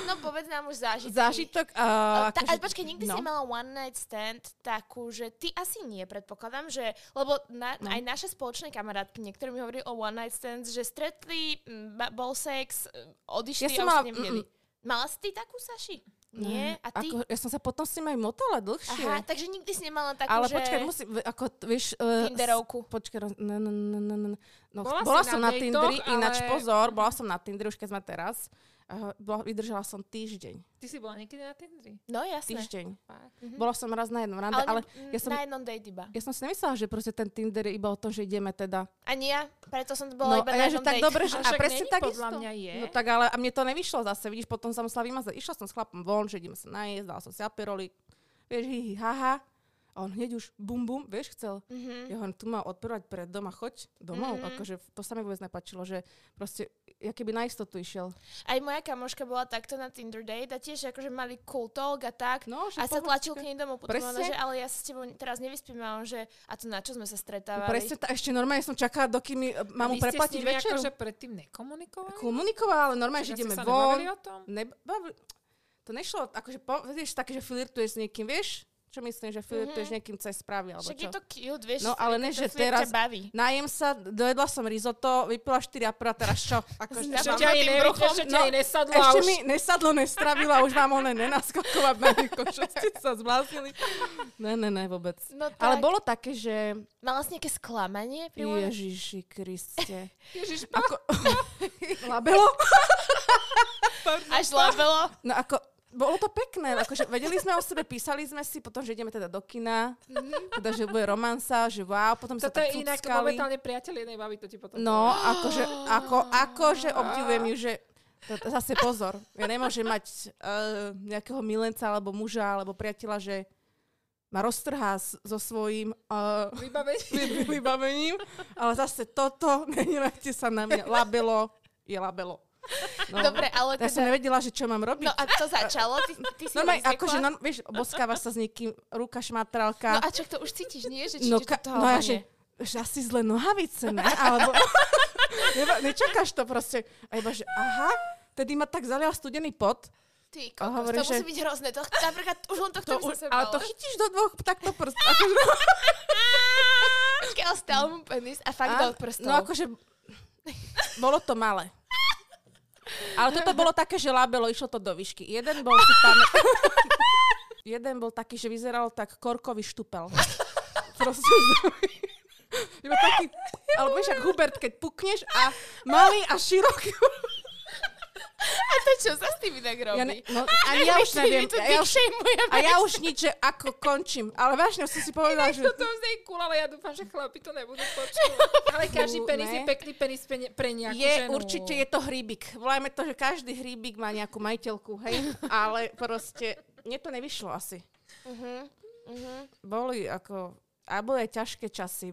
Speaker 1: No povedz nám už zážitky.
Speaker 2: Zážitok. Uh,
Speaker 1: Ta, ale počkaj, nikdy
Speaker 2: no.
Speaker 1: si mala one night stand takú, že ty asi nie, predpokladám, že, lebo na,
Speaker 2: No.
Speaker 1: aj naše spoločné kamarátky, niektorí mi hovorili o one night stand, že stretli, m, ba- bol sex, m, odišli
Speaker 2: Ja
Speaker 1: a
Speaker 2: som
Speaker 1: už
Speaker 2: mala- Mm,
Speaker 1: sa nevideli. Mala si ty takú, Saši? Nie? A ty?
Speaker 2: Ako, ja som sa potom s ním aj motala dlhšie.
Speaker 1: Aha, takže nikdy si nemala takú,
Speaker 2: ale
Speaker 1: že...
Speaker 2: počkaj, musím, v- ako, t- vieš... Uh,
Speaker 1: Tinderovku.
Speaker 2: Počkaj, roz- no, no, no, no, no. no
Speaker 3: Bola
Speaker 2: bola,
Speaker 3: si
Speaker 2: bola
Speaker 3: na
Speaker 2: som na,
Speaker 3: dejtoch,
Speaker 2: Tinderi,
Speaker 3: ale-
Speaker 2: ináč pozor, bola som na Tinderi, už keď sme teraz. Uh, bola, vydržala som týždeň.
Speaker 3: Ty si bola niekedy na Tindri?
Speaker 1: No jasné.
Speaker 2: Týždeň.
Speaker 3: Fakt.
Speaker 1: Mhm.
Speaker 2: Bola som raz na jednom rande, ale, ale
Speaker 1: ne- mm,
Speaker 2: ja som...
Speaker 1: na jednom date iba.
Speaker 2: Ja som si nemyslela, že proste ten Tinder je iba o tom, že ideme teda.
Speaker 1: Ani ja, preto som bola
Speaker 2: no,
Speaker 1: iba
Speaker 2: a
Speaker 1: na
Speaker 2: ja, že
Speaker 1: jednom
Speaker 2: tak
Speaker 1: date.
Speaker 2: dobre, že
Speaker 3: Ale
Speaker 2: a
Speaker 3: však
Speaker 2: presne
Speaker 3: není
Speaker 2: tak
Speaker 3: podľa
Speaker 2: isto.
Speaker 3: mňa je.
Speaker 2: No tak ale a mne to nevyšlo zase, vidíš, potom som musela vymazať. Išla som s chlapom von, že ideme sa najesť, dala som si aperoly. Vieš, hi, hi, haha. A on hneď už bum bum, vieš, chcel.
Speaker 1: Mhm.
Speaker 2: Ja hovorím, tu ma odprvať pred dom a choď
Speaker 1: Mhm.
Speaker 2: domov. Mm-hmm. Akože to sa mi vôbec nepačilo, že proste, ja keby na istotu išiel.
Speaker 1: Aj moja kamoška bola takto na Tinder date a tiež akože mali cool talk a tak.
Speaker 2: No, že
Speaker 1: a sa
Speaker 2: pohodička.
Speaker 1: tlačil k nej domov, potom ona, že
Speaker 2: Presne.
Speaker 1: ale ja sa s tebou teraz nevyspím a on, že a to na čo sme sa stretávali.
Speaker 2: Presne, tá, ešte normálne som čakala, dokým mi, e, mám mu
Speaker 3: Vy ste s
Speaker 2: preplatiť
Speaker 3: nimi
Speaker 2: večeru.
Speaker 3: akože predtým nekomunikovali?
Speaker 2: Komunikovala, ale normálne, že
Speaker 3: Čiže
Speaker 2: ideme
Speaker 3: ste sa
Speaker 2: von.
Speaker 3: nebavili o tom?
Speaker 2: Nebav... To nešlo, akože, po, vieš, také, že flirtuješ s niekým, vieš? Čo myslím, že flirtuješ
Speaker 3: Mhm.
Speaker 2: mm-hmm. niekým cez správy, alebo
Speaker 1: Však
Speaker 2: čo?
Speaker 1: je to cute, vieš. že-
Speaker 2: No, ale
Speaker 1: ako
Speaker 2: ne,
Speaker 1: to
Speaker 2: že
Speaker 1: flirt ťa
Speaker 2: teraz-
Speaker 1: baví.
Speaker 2: Najem sa, dojedla som risotto, vypila 4 apra, teraz čo? Akože,
Speaker 1: Ja
Speaker 3: Že
Speaker 1: mám pod
Speaker 3: ťa aj
Speaker 1: tým
Speaker 3: nevidíš,
Speaker 1: bruchom-
Speaker 3: že ťa aj nesadlo a
Speaker 2: no, ešte
Speaker 3: už...
Speaker 2: mi nesadlo, nestravila, už vám oné nenaskakovať na nieko, čo ste sa zbláznili. Ne, ne, ne, vôbec.
Speaker 1: No tak.
Speaker 2: Ale bolo také, že...
Speaker 1: Mala si nejaké sklamanie pri one-
Speaker 2: Ježiši Kriste.
Speaker 3: Ježiš,
Speaker 2: Ako... No. Labelo?
Speaker 1: Až labelo.
Speaker 2: No ako, bolo to pekné, akože vedeli sme o sebe, písali sme si, potom, že ideme teda do kina, teda, že bude romansa, že wow, potom sa
Speaker 3: toto
Speaker 2: tak
Speaker 3: je inak
Speaker 2: cuckali.
Speaker 3: momentálne priateľ jednej baby, to ti potom
Speaker 2: No, akože, ako, akože obdivujem ju, že to, to zase pozor, ja nemôžem mať uh, nejakého milenca, alebo muža, alebo priateľa, že ma roztrhá s, so svojím uh,
Speaker 3: poviem. Vybavenie.
Speaker 2: vy- vybavením, ale zase toto, nenevajte sa na mňa, labelo je labelo. No.
Speaker 1: Dobre, ale
Speaker 2: Ja som
Speaker 1: teda...
Speaker 2: nevedela, že čo mám robiť.
Speaker 1: No a to začalo? Ty, ty si
Speaker 2: Normálne,
Speaker 1: nezvykla?
Speaker 2: akože, no, vieš, oboskávaš sa s niekým, ruka
Speaker 1: No
Speaker 2: šmatralka.
Speaker 1: a čak to už cítiš, nie? Že či, či
Speaker 2: No, ka-
Speaker 1: to
Speaker 2: no ja, že, že asi zle nohavice, ne? Alebo... Neba, nečakáš to proste. A iba, že aha, tedy ma tak zalial studený pot.
Speaker 1: Ty,
Speaker 2: A
Speaker 1: kokos,
Speaker 2: hovorí,
Speaker 1: to musí
Speaker 2: že-
Speaker 1: byť hrozné. To, napríklad už len tohto
Speaker 2: To
Speaker 1: by som
Speaker 2: už,
Speaker 1: sa
Speaker 2: ale
Speaker 1: bala.
Speaker 2: to chytíš do dvoch takto prst. Akože,
Speaker 1: Počkaj, ale stal mu penis a fakt dal prstov.
Speaker 2: No akože, bolo to malé. Ale toto bolo také, že lábelo, išlo to do výšky. Jeden bol si pamä- Jeden bol taký, že vyzeral tak korkový štupel. Proste z- Iba taký, alebo vieš, jak Hubert, keď pukneš a malý a široký.
Speaker 1: čo sa s tými tak robí?
Speaker 2: Ja ne, no, a ja už neviem. A ja už, a ja už nič, že ako končím. Ale vážne, už som si povedala, že...
Speaker 3: To to vzdej cool, ale ja dúfam, že chlapi to nebudú počuť. Ale každý
Speaker 2: Fú,
Speaker 3: penis
Speaker 2: ne.
Speaker 3: je pekný penis pre, ne- pre nejakú
Speaker 2: Je,
Speaker 3: ženu.
Speaker 2: určite je to hríbik. Volajme to, že každý hríbik má nejakú majiteľku, hej. Ale proste, mne to nevyšlo asi. Mhm,
Speaker 1: Uh-huh, uh-huh.
Speaker 2: Boli ako... A boli aj ťažké časy.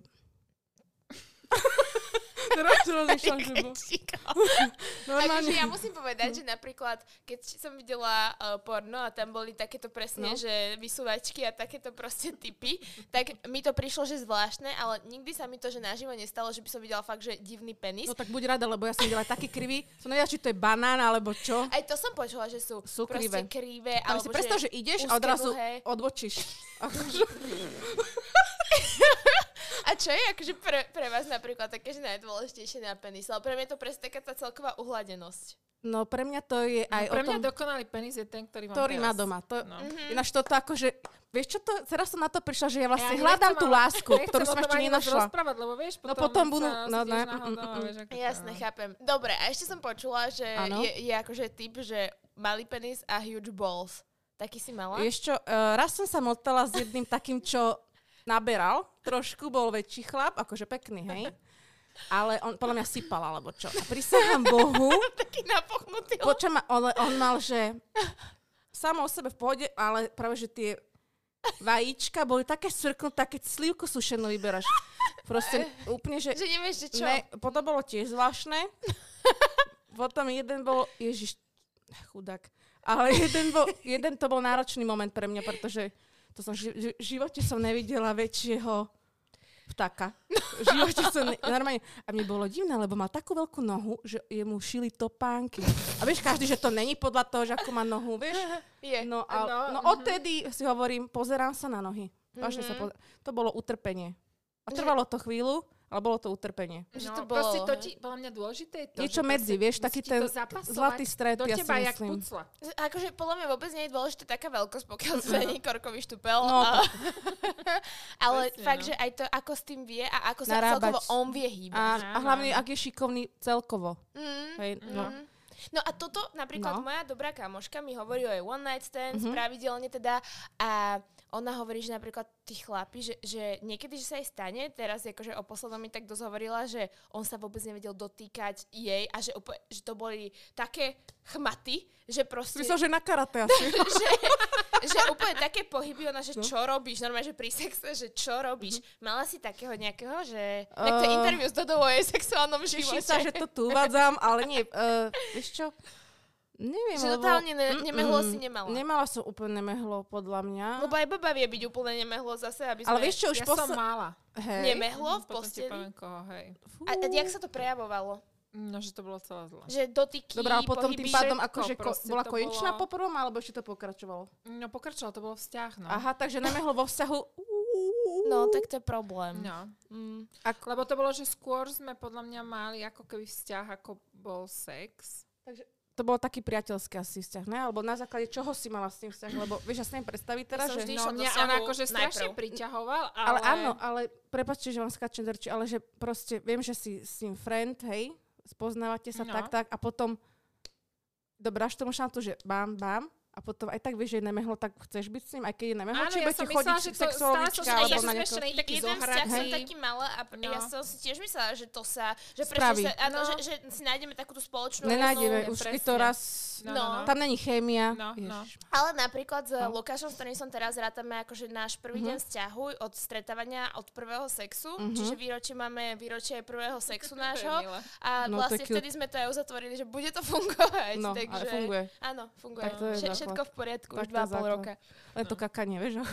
Speaker 2: Teraz to rozmýšľam, že bol.
Speaker 1: Takže
Speaker 2: Normálne.
Speaker 1: ja musím povedať, že napríklad, keď som videla uh, porno a tam boli takéto presne,
Speaker 2: No.
Speaker 1: že vysúvačky a takéto proste typy, tak mi to prišlo, že zvláštne, ale nikdy sa mi to, že naživo nestalo, že by som videla fakt, že divný penis.
Speaker 2: No tak buď rada, lebo ja som videla taký krivý. Som nevedela, či to je banán alebo čo.
Speaker 1: Aj to som počula, že sú,
Speaker 2: Sú
Speaker 1: proste krivé.
Speaker 2: Ale
Speaker 1: alebo
Speaker 2: si predstav, že ideš
Speaker 1: úzke,
Speaker 2: a odrazu
Speaker 1: dlhé.
Speaker 2: odbočíš. Akože,
Speaker 1: A čo je akože pre, pre vás napríklad také, že najdôležitejšie na penis? Ale pre mňa je to presne taká tá celková uhladenosť.
Speaker 2: no pre mňa to je aj
Speaker 3: No, Pre
Speaker 2: o
Speaker 3: mňa
Speaker 2: tom,
Speaker 3: dokonalý penis je ten, ktorý mám
Speaker 2: ktorý
Speaker 3: teraz.
Speaker 2: má doma. To,
Speaker 3: No.
Speaker 2: mm-hmm. Ináč toto akože, vieš čo to, teraz som na to prišla, že ja vlastne
Speaker 3: ani
Speaker 2: hľadám
Speaker 3: nechcem,
Speaker 2: tú
Speaker 3: ale-
Speaker 2: lásku,
Speaker 3: nechcem
Speaker 2: ktorú
Speaker 3: o
Speaker 2: som
Speaker 3: tom
Speaker 2: ešte
Speaker 3: ani moc
Speaker 2: nenašla.
Speaker 3: rozprávať, lebo vieš, potom,
Speaker 2: potom budú-
Speaker 3: sa
Speaker 2: no,
Speaker 3: zídeš
Speaker 2: ne,
Speaker 3: na
Speaker 2: mm,
Speaker 3: hovno a
Speaker 2: mm,
Speaker 3: vieš, ako to-
Speaker 1: Jasné, chápem. Dobre, a ešte som počula, že
Speaker 2: Áno.
Speaker 1: je, je akože typ, že malý penis a huge balls. Taký si mala?
Speaker 2: Vieš čo, eh, raz som sa motala s jedným takým, čo naberal, trošku bol väčší chlap, akože pekný, hej. Ale on podľa mňa sypal, alebo čo. A prisahám Bohu,
Speaker 1: Taký napochnutý.
Speaker 2: Počujem, ale on mal, že samo o sebe v pohode, ale práve, že tie vajíčka boli také srknuté, také slivku sušenú vyberáš. Proste úplne, že...
Speaker 1: Že nevieš, že čo?
Speaker 2: Ne, potom bolo tiež zvláštne. Potom jeden bol, ježiš, chudák. Ale jeden, bol, jeden to bol náročný moment pre mňa, pretože to som, ži- ži- v živote som nevidela väčšieho vtaka. V živote som ne- normálne. A mne bolo divné, lebo mal takú veľkú nohu, že jemu šili topánky. A vieš, každý, že to není podľa toho, že ako má nohu, vieš?
Speaker 1: Je.
Speaker 2: No, a,
Speaker 3: No,
Speaker 2: no odtedy si hovorím, pozerám sa na nohy. Vážne sa pozer- To bolo utrpenie. A trvalo to chvíľu, ale bolo to utrpenie.
Speaker 1: Že
Speaker 3: No,
Speaker 1: to bolo,
Speaker 3: proste to
Speaker 1: hej.
Speaker 3: ti, podľa mňa dôležité je to,
Speaker 2: Niečo
Speaker 3: že
Speaker 2: medzi,
Speaker 3: proste
Speaker 2: vieš,
Speaker 3: musí
Speaker 2: taký
Speaker 3: ti
Speaker 2: ten
Speaker 3: to zapasovať
Speaker 2: zlatý stred,
Speaker 3: do
Speaker 2: ja si
Speaker 3: teba jak
Speaker 2: myslím.
Speaker 3: pucla.
Speaker 1: Akože podľa mňa vôbec nie je dôležité taká veľkosť, pokiaľ to nie je korkový štupel.
Speaker 2: No,
Speaker 1: a- ale
Speaker 3: Presne,
Speaker 1: fakt,
Speaker 3: no.
Speaker 1: že aj to, ako s tým vie a ako sa
Speaker 2: Narábať.
Speaker 1: celkovo on vie hýbať.
Speaker 2: A, a
Speaker 3: Áno,
Speaker 2: hlavne,
Speaker 3: áno.
Speaker 2: ak je šikovný celkovo.
Speaker 1: Mm.
Speaker 2: Hej, no.
Speaker 1: Mm. No a toto napríklad
Speaker 2: No. Mhm.
Speaker 1: moja dobrá kamoška mi hovorí o jej one night stands mm-hmm. pravidelne teda a ona hovorí, že napríklad tí chlapi, že, že niekedy, že sa jej stane, teraz akože o poslednom mi tak dosť hovorila, že on sa vôbec nevedel dotýkať jej a že, úplne, že to boli také chmaty, že proste...
Speaker 2: Myslel, že na karate asi.
Speaker 1: že, že úplne také pohyby, ona,
Speaker 2: No.
Speaker 1: že čo robíš, normálne, že pri sexe, že čo robíš.
Speaker 2: Mhm.
Speaker 1: Mala si takého nejakého, že... Uh, tak to je
Speaker 2: Eh,
Speaker 1: interviu s Dodou o jej sexuálnom
Speaker 2: Teším
Speaker 1: živote.
Speaker 2: sa, že to tu uvádzam, ale nie. Uh, vieš čo? Neviem,
Speaker 1: Že
Speaker 2: lebo-
Speaker 1: totálne ne-
Speaker 2: Mm,
Speaker 1: nemehlo
Speaker 2: mm,
Speaker 1: si nemala. No,
Speaker 2: Nemala som úplne nemehlo, podľa mňa.
Speaker 1: Lebo aj baba vie byť úplne nemehlo zase, aby sme...
Speaker 2: Ale vieš čo, už
Speaker 3: Ja som
Speaker 2: posl-
Speaker 3: mala. No,
Speaker 2: Hej.
Speaker 1: Nemehlo v
Speaker 3: Potom ti
Speaker 1: posteli?
Speaker 3: poviem koho, hej.
Speaker 2: Fú.
Speaker 1: A, a jak sa to prejavovalo?
Speaker 3: No, že to bolo celá zlá.
Speaker 1: Že dotyky,
Speaker 2: Dobrá, a potom tým
Speaker 1: pohyby,
Speaker 2: pádom
Speaker 1: všetko
Speaker 2: akože ko-
Speaker 1: proste
Speaker 2: bola
Speaker 1: to
Speaker 2: konečná po
Speaker 1: bolo-
Speaker 2: prvom, alebo ešte to pokračovalo?
Speaker 3: No pokračovalo, to bolo vzťah, no.
Speaker 2: Aha, takže nemehlo vo vzťahu.
Speaker 1: No, tak to je problém.
Speaker 3: No.
Speaker 1: Mm.
Speaker 3: Lebo to bolo, že skôr sme podľa mňa mali ako keby vzťah, ako bol sex.
Speaker 2: To bol taký priateľský asi vzťah, ne? Alebo na základe čoho si mala s ním vzťah? Lebo vieš, ja si neviem predstaviť teraz,
Speaker 1: som
Speaker 2: Teda, že...
Speaker 1: vždy
Speaker 3: No,
Speaker 1: išla do
Speaker 3: mňa on
Speaker 1: vzťahu
Speaker 3: akože strašne
Speaker 1: najprv.
Speaker 3: priťahoval, ale...
Speaker 2: Ale áno, ale prepačte, že vám skáčem do reči, ale že proste viem, že si s ním friend, hej, spoznávate sa
Speaker 3: No.
Speaker 2: tak, tak a potom dobráš tomu šancu, že bám, bám a potom aj tak vieš, že je nemehlo, tak chceš byť s ním, aj keď je nemehlo,
Speaker 3: Áno,
Speaker 2: či
Speaker 3: ja
Speaker 2: budete
Speaker 3: som
Speaker 2: chodiť
Speaker 3: myslela, že to
Speaker 2: sexuologička
Speaker 3: stále som-
Speaker 2: alebo
Speaker 1: ja
Speaker 2: na
Speaker 1: som
Speaker 2: nieko...
Speaker 3: smešná.
Speaker 1: Taký
Speaker 3: taký
Speaker 1: jeden vzťah som
Speaker 3: zohratý.
Speaker 1: taký mala a no. ja
Speaker 3: No.
Speaker 1: som si tiež myslela, že to sa, že prečo
Speaker 2: Spraví.
Speaker 1: sa, áno,
Speaker 3: No.
Speaker 1: že, že si nájdeme takú tú spoločnú
Speaker 2: Nenájdeme,
Speaker 1: rezoľ.
Speaker 2: už
Speaker 3: presne.
Speaker 2: je to raz...
Speaker 3: No,
Speaker 1: no.
Speaker 3: no, no.
Speaker 2: Tam není chémia.
Speaker 3: No, no.
Speaker 2: Ježiš.
Speaker 1: Ale napríklad s
Speaker 2: No. Mhm.
Speaker 1: Lukášom, s ktorým som teraz rátame akože náš prvý deň vzťahu od stretávania od prvého sexu, čiže výročie máme výročie prvého sexu nášho.
Speaker 3: milé.
Speaker 1: A
Speaker 2: No, to
Speaker 1: vlastne
Speaker 2: je cute.
Speaker 1: vtedy sme to aj uzatvorili, že bude to fungovať.
Speaker 2: No, ale
Speaker 1: takže,
Speaker 2: funguje.
Speaker 1: Áno, funguje.
Speaker 2: Tak to je
Speaker 1: Vše-
Speaker 2: základ.
Speaker 1: všetko v poriadku, už
Speaker 2: Tak to
Speaker 1: dva
Speaker 2: je
Speaker 1: a pol
Speaker 2: základ.
Speaker 1: roka.
Speaker 2: Len
Speaker 3: No.
Speaker 2: to kakanie, vieš? no.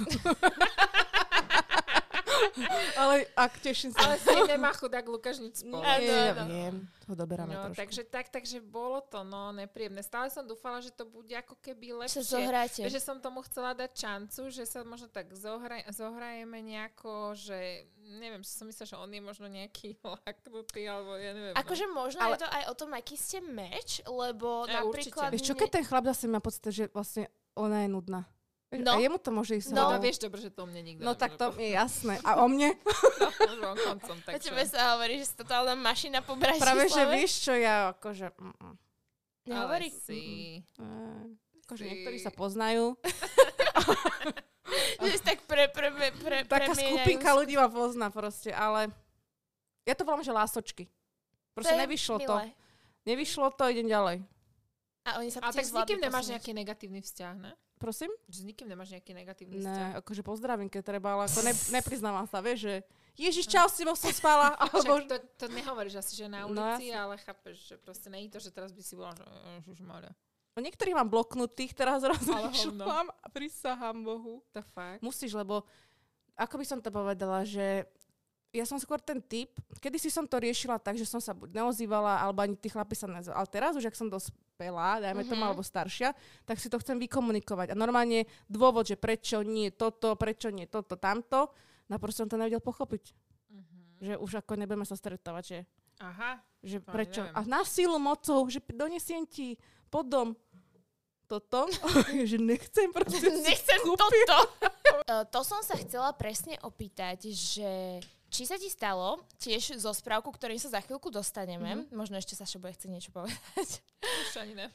Speaker 2: ako- ale ak teším sa.
Speaker 3: Ale s ním nemá chudák Lukáš nič spolu.
Speaker 1: Áno,
Speaker 2: Nie, ja
Speaker 1: áno.
Speaker 2: viem, to doberáme
Speaker 3: No,
Speaker 2: trošku.
Speaker 3: takže tak, takže bolo to, no, nepríjemné. Stále som dúfala, že to bude ako keby
Speaker 1: Čo
Speaker 3: lepšie.
Speaker 1: zohráte?
Speaker 3: Vieš, že som tomu chcela dať šancu, že sa možno tak zohra- zohrajeme nejako, že neviem, že som myslela, že on je možno nejaký laknutý, alebo ja neviem. no.
Speaker 1: Akože možno
Speaker 2: Ale-
Speaker 1: je to aj o tom, aký ste meč, lebo
Speaker 3: Ja, určite.
Speaker 1: napríklad...
Speaker 2: Vieš čo,
Speaker 1: mne-
Speaker 2: keď ten chlap zase má pocit, že vlastne ona je nudná. Vieš,
Speaker 1: No.
Speaker 2: A jemu to môže ísť.
Speaker 1: No.
Speaker 3: No,
Speaker 2: hádam.
Speaker 3: vieš dobre, že to mne nikto
Speaker 2: no tak to
Speaker 3: nemôže
Speaker 2: je jasné. A o mne?
Speaker 3: povedať. Už von koncom,
Speaker 1: O
Speaker 3: takže...
Speaker 1: tebe sa hovorí, že si totálna mašina po Bratislave.
Speaker 2: Práve, že vieš čo, ja akože... mm, mm.
Speaker 1: Nehovorí.
Speaker 3: Ale si...
Speaker 2: Akože
Speaker 3: Ty.
Speaker 2: niektorí sa poznajú.
Speaker 1: Že si tak pre, pre, pre, pre, premieňajú
Speaker 2: Taká skupinka ľudí ma pozná proste, ale ja to volám, že lásočky. Proste
Speaker 1: je
Speaker 2: nevyšlo to.
Speaker 1: milé.
Speaker 2: Nevyšlo to, idem ďalej.
Speaker 1: A oni sa
Speaker 3: Ale tak
Speaker 1: tiež
Speaker 3: s nikým
Speaker 1: zvládli
Speaker 3: nemáš
Speaker 1: posunúť.
Speaker 3: nejaký negatívny vzťah, ne?
Speaker 2: Prosím?
Speaker 3: S nikým nemáš nejaký negatívny vzťah.
Speaker 2: Ne, akože pozdravím, keď treba, ale ako ne, nepriznávam sa, vieš, že Ježiš, čau, s tebou som spala, alebo...
Speaker 3: Však to, to nehovoríš asi, že na
Speaker 2: No
Speaker 3: ulici, ale chápeš, že proste není to, že teraz by si bola, že "Hm, ježišmarja.
Speaker 2: Niektorých No, mám bloknutých, teraz
Speaker 3: Ale
Speaker 2: rozmýšľam a prisahám Bohu.
Speaker 3: To fakt.
Speaker 2: Musíš, lebo ako by som to povedala, že ja som skôr ten typ, kedy si som to riešila tak, že som sa buď neozývala, alebo ani tí chlapi sa nezvali. Ale teraz už, ak som dospelá, dajme
Speaker 1: Mhm.
Speaker 2: tomu, alebo staršia, tak si to chcem vykomunikovať. A normálne dôvod, že prečo nie toto, prečo nie toto, tamto, naprosto som to nevedel pochopiť.
Speaker 3: Mhm.
Speaker 2: Že už ako nebudeme sa stretávať, že,
Speaker 3: Aha.
Speaker 2: že
Speaker 3: To ani
Speaker 2: prečo.
Speaker 3: neviem.
Speaker 2: A na silu mocou, že donesiem ti podom toto, že nechcem proste si
Speaker 1: Nechcem
Speaker 2: kúpiť.
Speaker 1: toto. Eh, to som sa chcela presne opýtať, že či sa ti stalo tiež zo správku, ktorým sa za chvíľku dostaneme, možno ešte Saša bude chcieť niečo povedať,
Speaker 3: Už ani ne.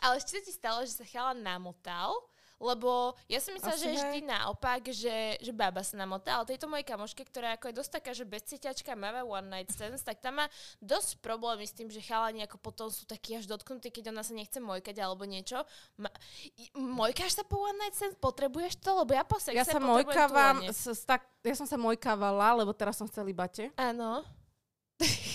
Speaker 1: ale či sa ti stalo, že sa chalan namotal, lebo ja som myslela,
Speaker 2: Asi
Speaker 1: že je
Speaker 2: hej.
Speaker 1: vždy naopak, že, že baba sa namotá, ale tejto mojej kamoške, ktorá ako je dosť taká, že bezcíťačka, máme one night stands, tak tam má dosť problémy s tým, že chalani ako potom sú takí až dotknutí, keď ona sa nechce mojkať alebo niečo. Ma, i- mojkáš sa po one night stands? Potrebuješ to? Lebo ja po sexe
Speaker 2: Ja sa
Speaker 1: potrebujem
Speaker 2: mojkávam,
Speaker 1: túlanie.
Speaker 2: s, s tak, ja som sa mojkávala, lebo teraz som v celibate.
Speaker 1: Áno.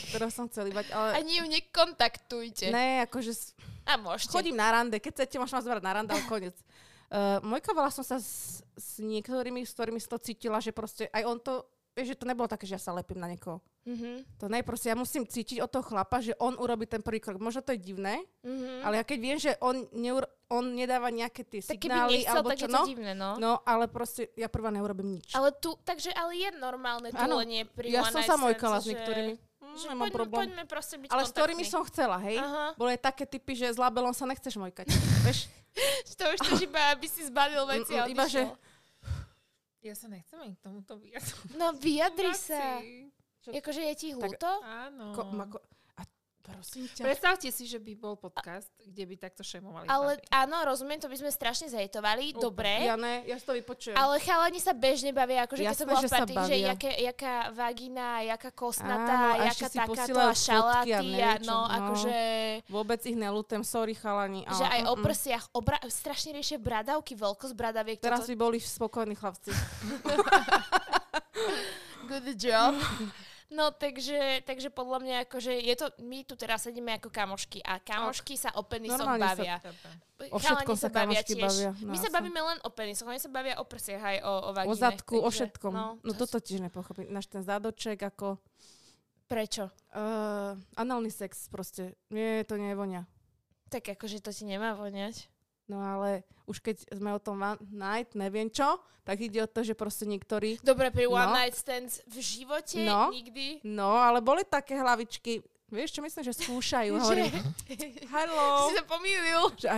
Speaker 2: Teraz som v celibate, ale...
Speaker 1: Ani ju nekontaktujte.
Speaker 2: E- Ne, akože s-
Speaker 1: A môžete.
Speaker 2: chodím na rande, keď chcete, môžem vás zobrať na rande, ale koniec. Uh, mojkávala som sa s, s niektorými, s ktorými som to cítila, že proste aj on to... Vieš, že to nebolo také, že ja sa lepím na niekoho.
Speaker 1: Mhm.
Speaker 2: To ne, proste ja musím cítiť od toho chlapa, že on urobí ten prvý krok. Možno to je divné,
Speaker 1: Mhm.
Speaker 2: ale ja keď viem, že on, neuro, on nedáva nejaké tie
Speaker 1: tak keby
Speaker 2: signály,
Speaker 1: nechcel,
Speaker 2: alebo
Speaker 1: tak
Speaker 2: čo,
Speaker 1: je to
Speaker 2: no,
Speaker 1: divné, no.
Speaker 2: no, ale proste ja prvá neurobím nič.
Speaker 1: Ale tu, takže ale je normálne
Speaker 2: Áno,
Speaker 1: túlenie pri
Speaker 2: ja
Speaker 1: one
Speaker 2: som
Speaker 1: night
Speaker 2: sa
Speaker 1: stands,
Speaker 2: mojkala s
Speaker 1: že-
Speaker 2: niektorými. Mm,
Speaker 1: Že
Speaker 2: Nemám
Speaker 1: poďme,
Speaker 2: problém.
Speaker 1: poďme proste byť
Speaker 2: Ale s ktorými
Speaker 1: kontaktní.
Speaker 2: som chcela, hej?
Speaker 1: Aha.
Speaker 2: Boli aj také typy, že s labelom sa nechceš mojkať. Vieš,
Speaker 1: Že To už tiež iba, aby si zbalil veci a
Speaker 2: Mm, mm, iba, že-
Speaker 1: odišiel.
Speaker 3: Ja sa nechcem ani k tomuto vyjadrovať.
Speaker 1: No vyjadri sa.
Speaker 3: Chlapci.
Speaker 1: Akože je ti
Speaker 2: Tak-
Speaker 1: húto?
Speaker 3: Áno.
Speaker 2: ko, ma, ko, a prosím ťa.
Speaker 3: Predstavte si, že by bol podcast, kde by takto šemovali
Speaker 1: Ale
Speaker 3: chlapi.
Speaker 1: áno, rozumiem, to by sme strašne zhejtovali,
Speaker 3: Úplne.
Speaker 1: dobre.
Speaker 2: Ja ne, ja si to vypočujem.
Speaker 1: Ale chalani sa bežne bavia, akože keď som
Speaker 2: Jasné,
Speaker 1: bola v
Speaker 2: že sa
Speaker 1: party, že
Speaker 2: bavia.
Speaker 1: jaké, jaká vagina, jaká
Speaker 2: Áno,
Speaker 1: kostnatá,
Speaker 2: a
Speaker 1: jaká
Speaker 2: ešte si
Speaker 1: takáto
Speaker 2: posielajú
Speaker 1: a šaláty.
Speaker 2: fotky a
Speaker 1: a,
Speaker 2: neviem čo,
Speaker 1: no,
Speaker 2: no.
Speaker 1: akože...
Speaker 2: Vôbec ich nelutem, sorry chalani.
Speaker 1: Že
Speaker 2: ale
Speaker 1: aj o
Speaker 2: mm-mm.
Speaker 1: prsiach, obra- strašne riešia bradavky, veľkosť bradaviek.
Speaker 2: Teraz
Speaker 1: toto-
Speaker 2: by boli spokojní chlapci.
Speaker 1: Good job. No, takže, takže podľa mňa, akože je to, my tu teraz sedíme ako kamošky a kamošky sa o penisoch
Speaker 2: Normálne sa-
Speaker 1: bavia.
Speaker 3: Chápem.
Speaker 1: Sa,
Speaker 2: O všetkom sa kamošky bavia, no
Speaker 1: my sa
Speaker 2: jasné.
Speaker 1: bavíme len o penisoch, oni sa bavia o prsiach aj o, o vagíne.
Speaker 2: O zadku, o
Speaker 1: takže,
Speaker 2: všetkom.
Speaker 1: No,
Speaker 2: No toto tiež nepochopím. Náš ten zádoček ako...
Speaker 1: Prečo?
Speaker 2: Uh, análny sex proste. Nie, to nie je vonia.
Speaker 1: Tak akože to ti nemá voňať.
Speaker 2: No ale už keď sme o tom one night, neviem čo, tak ide o to, že proste niektorí
Speaker 1: Dobre, pri one
Speaker 2: No.
Speaker 1: night stands v živote
Speaker 2: No.
Speaker 1: nikdy.
Speaker 2: No, ale boli také hlavičky, vieš čo myslím, že skúšajú. Hovorím,
Speaker 1: si
Speaker 2: hello.
Speaker 1: sa pomýlil.
Speaker 2: Že A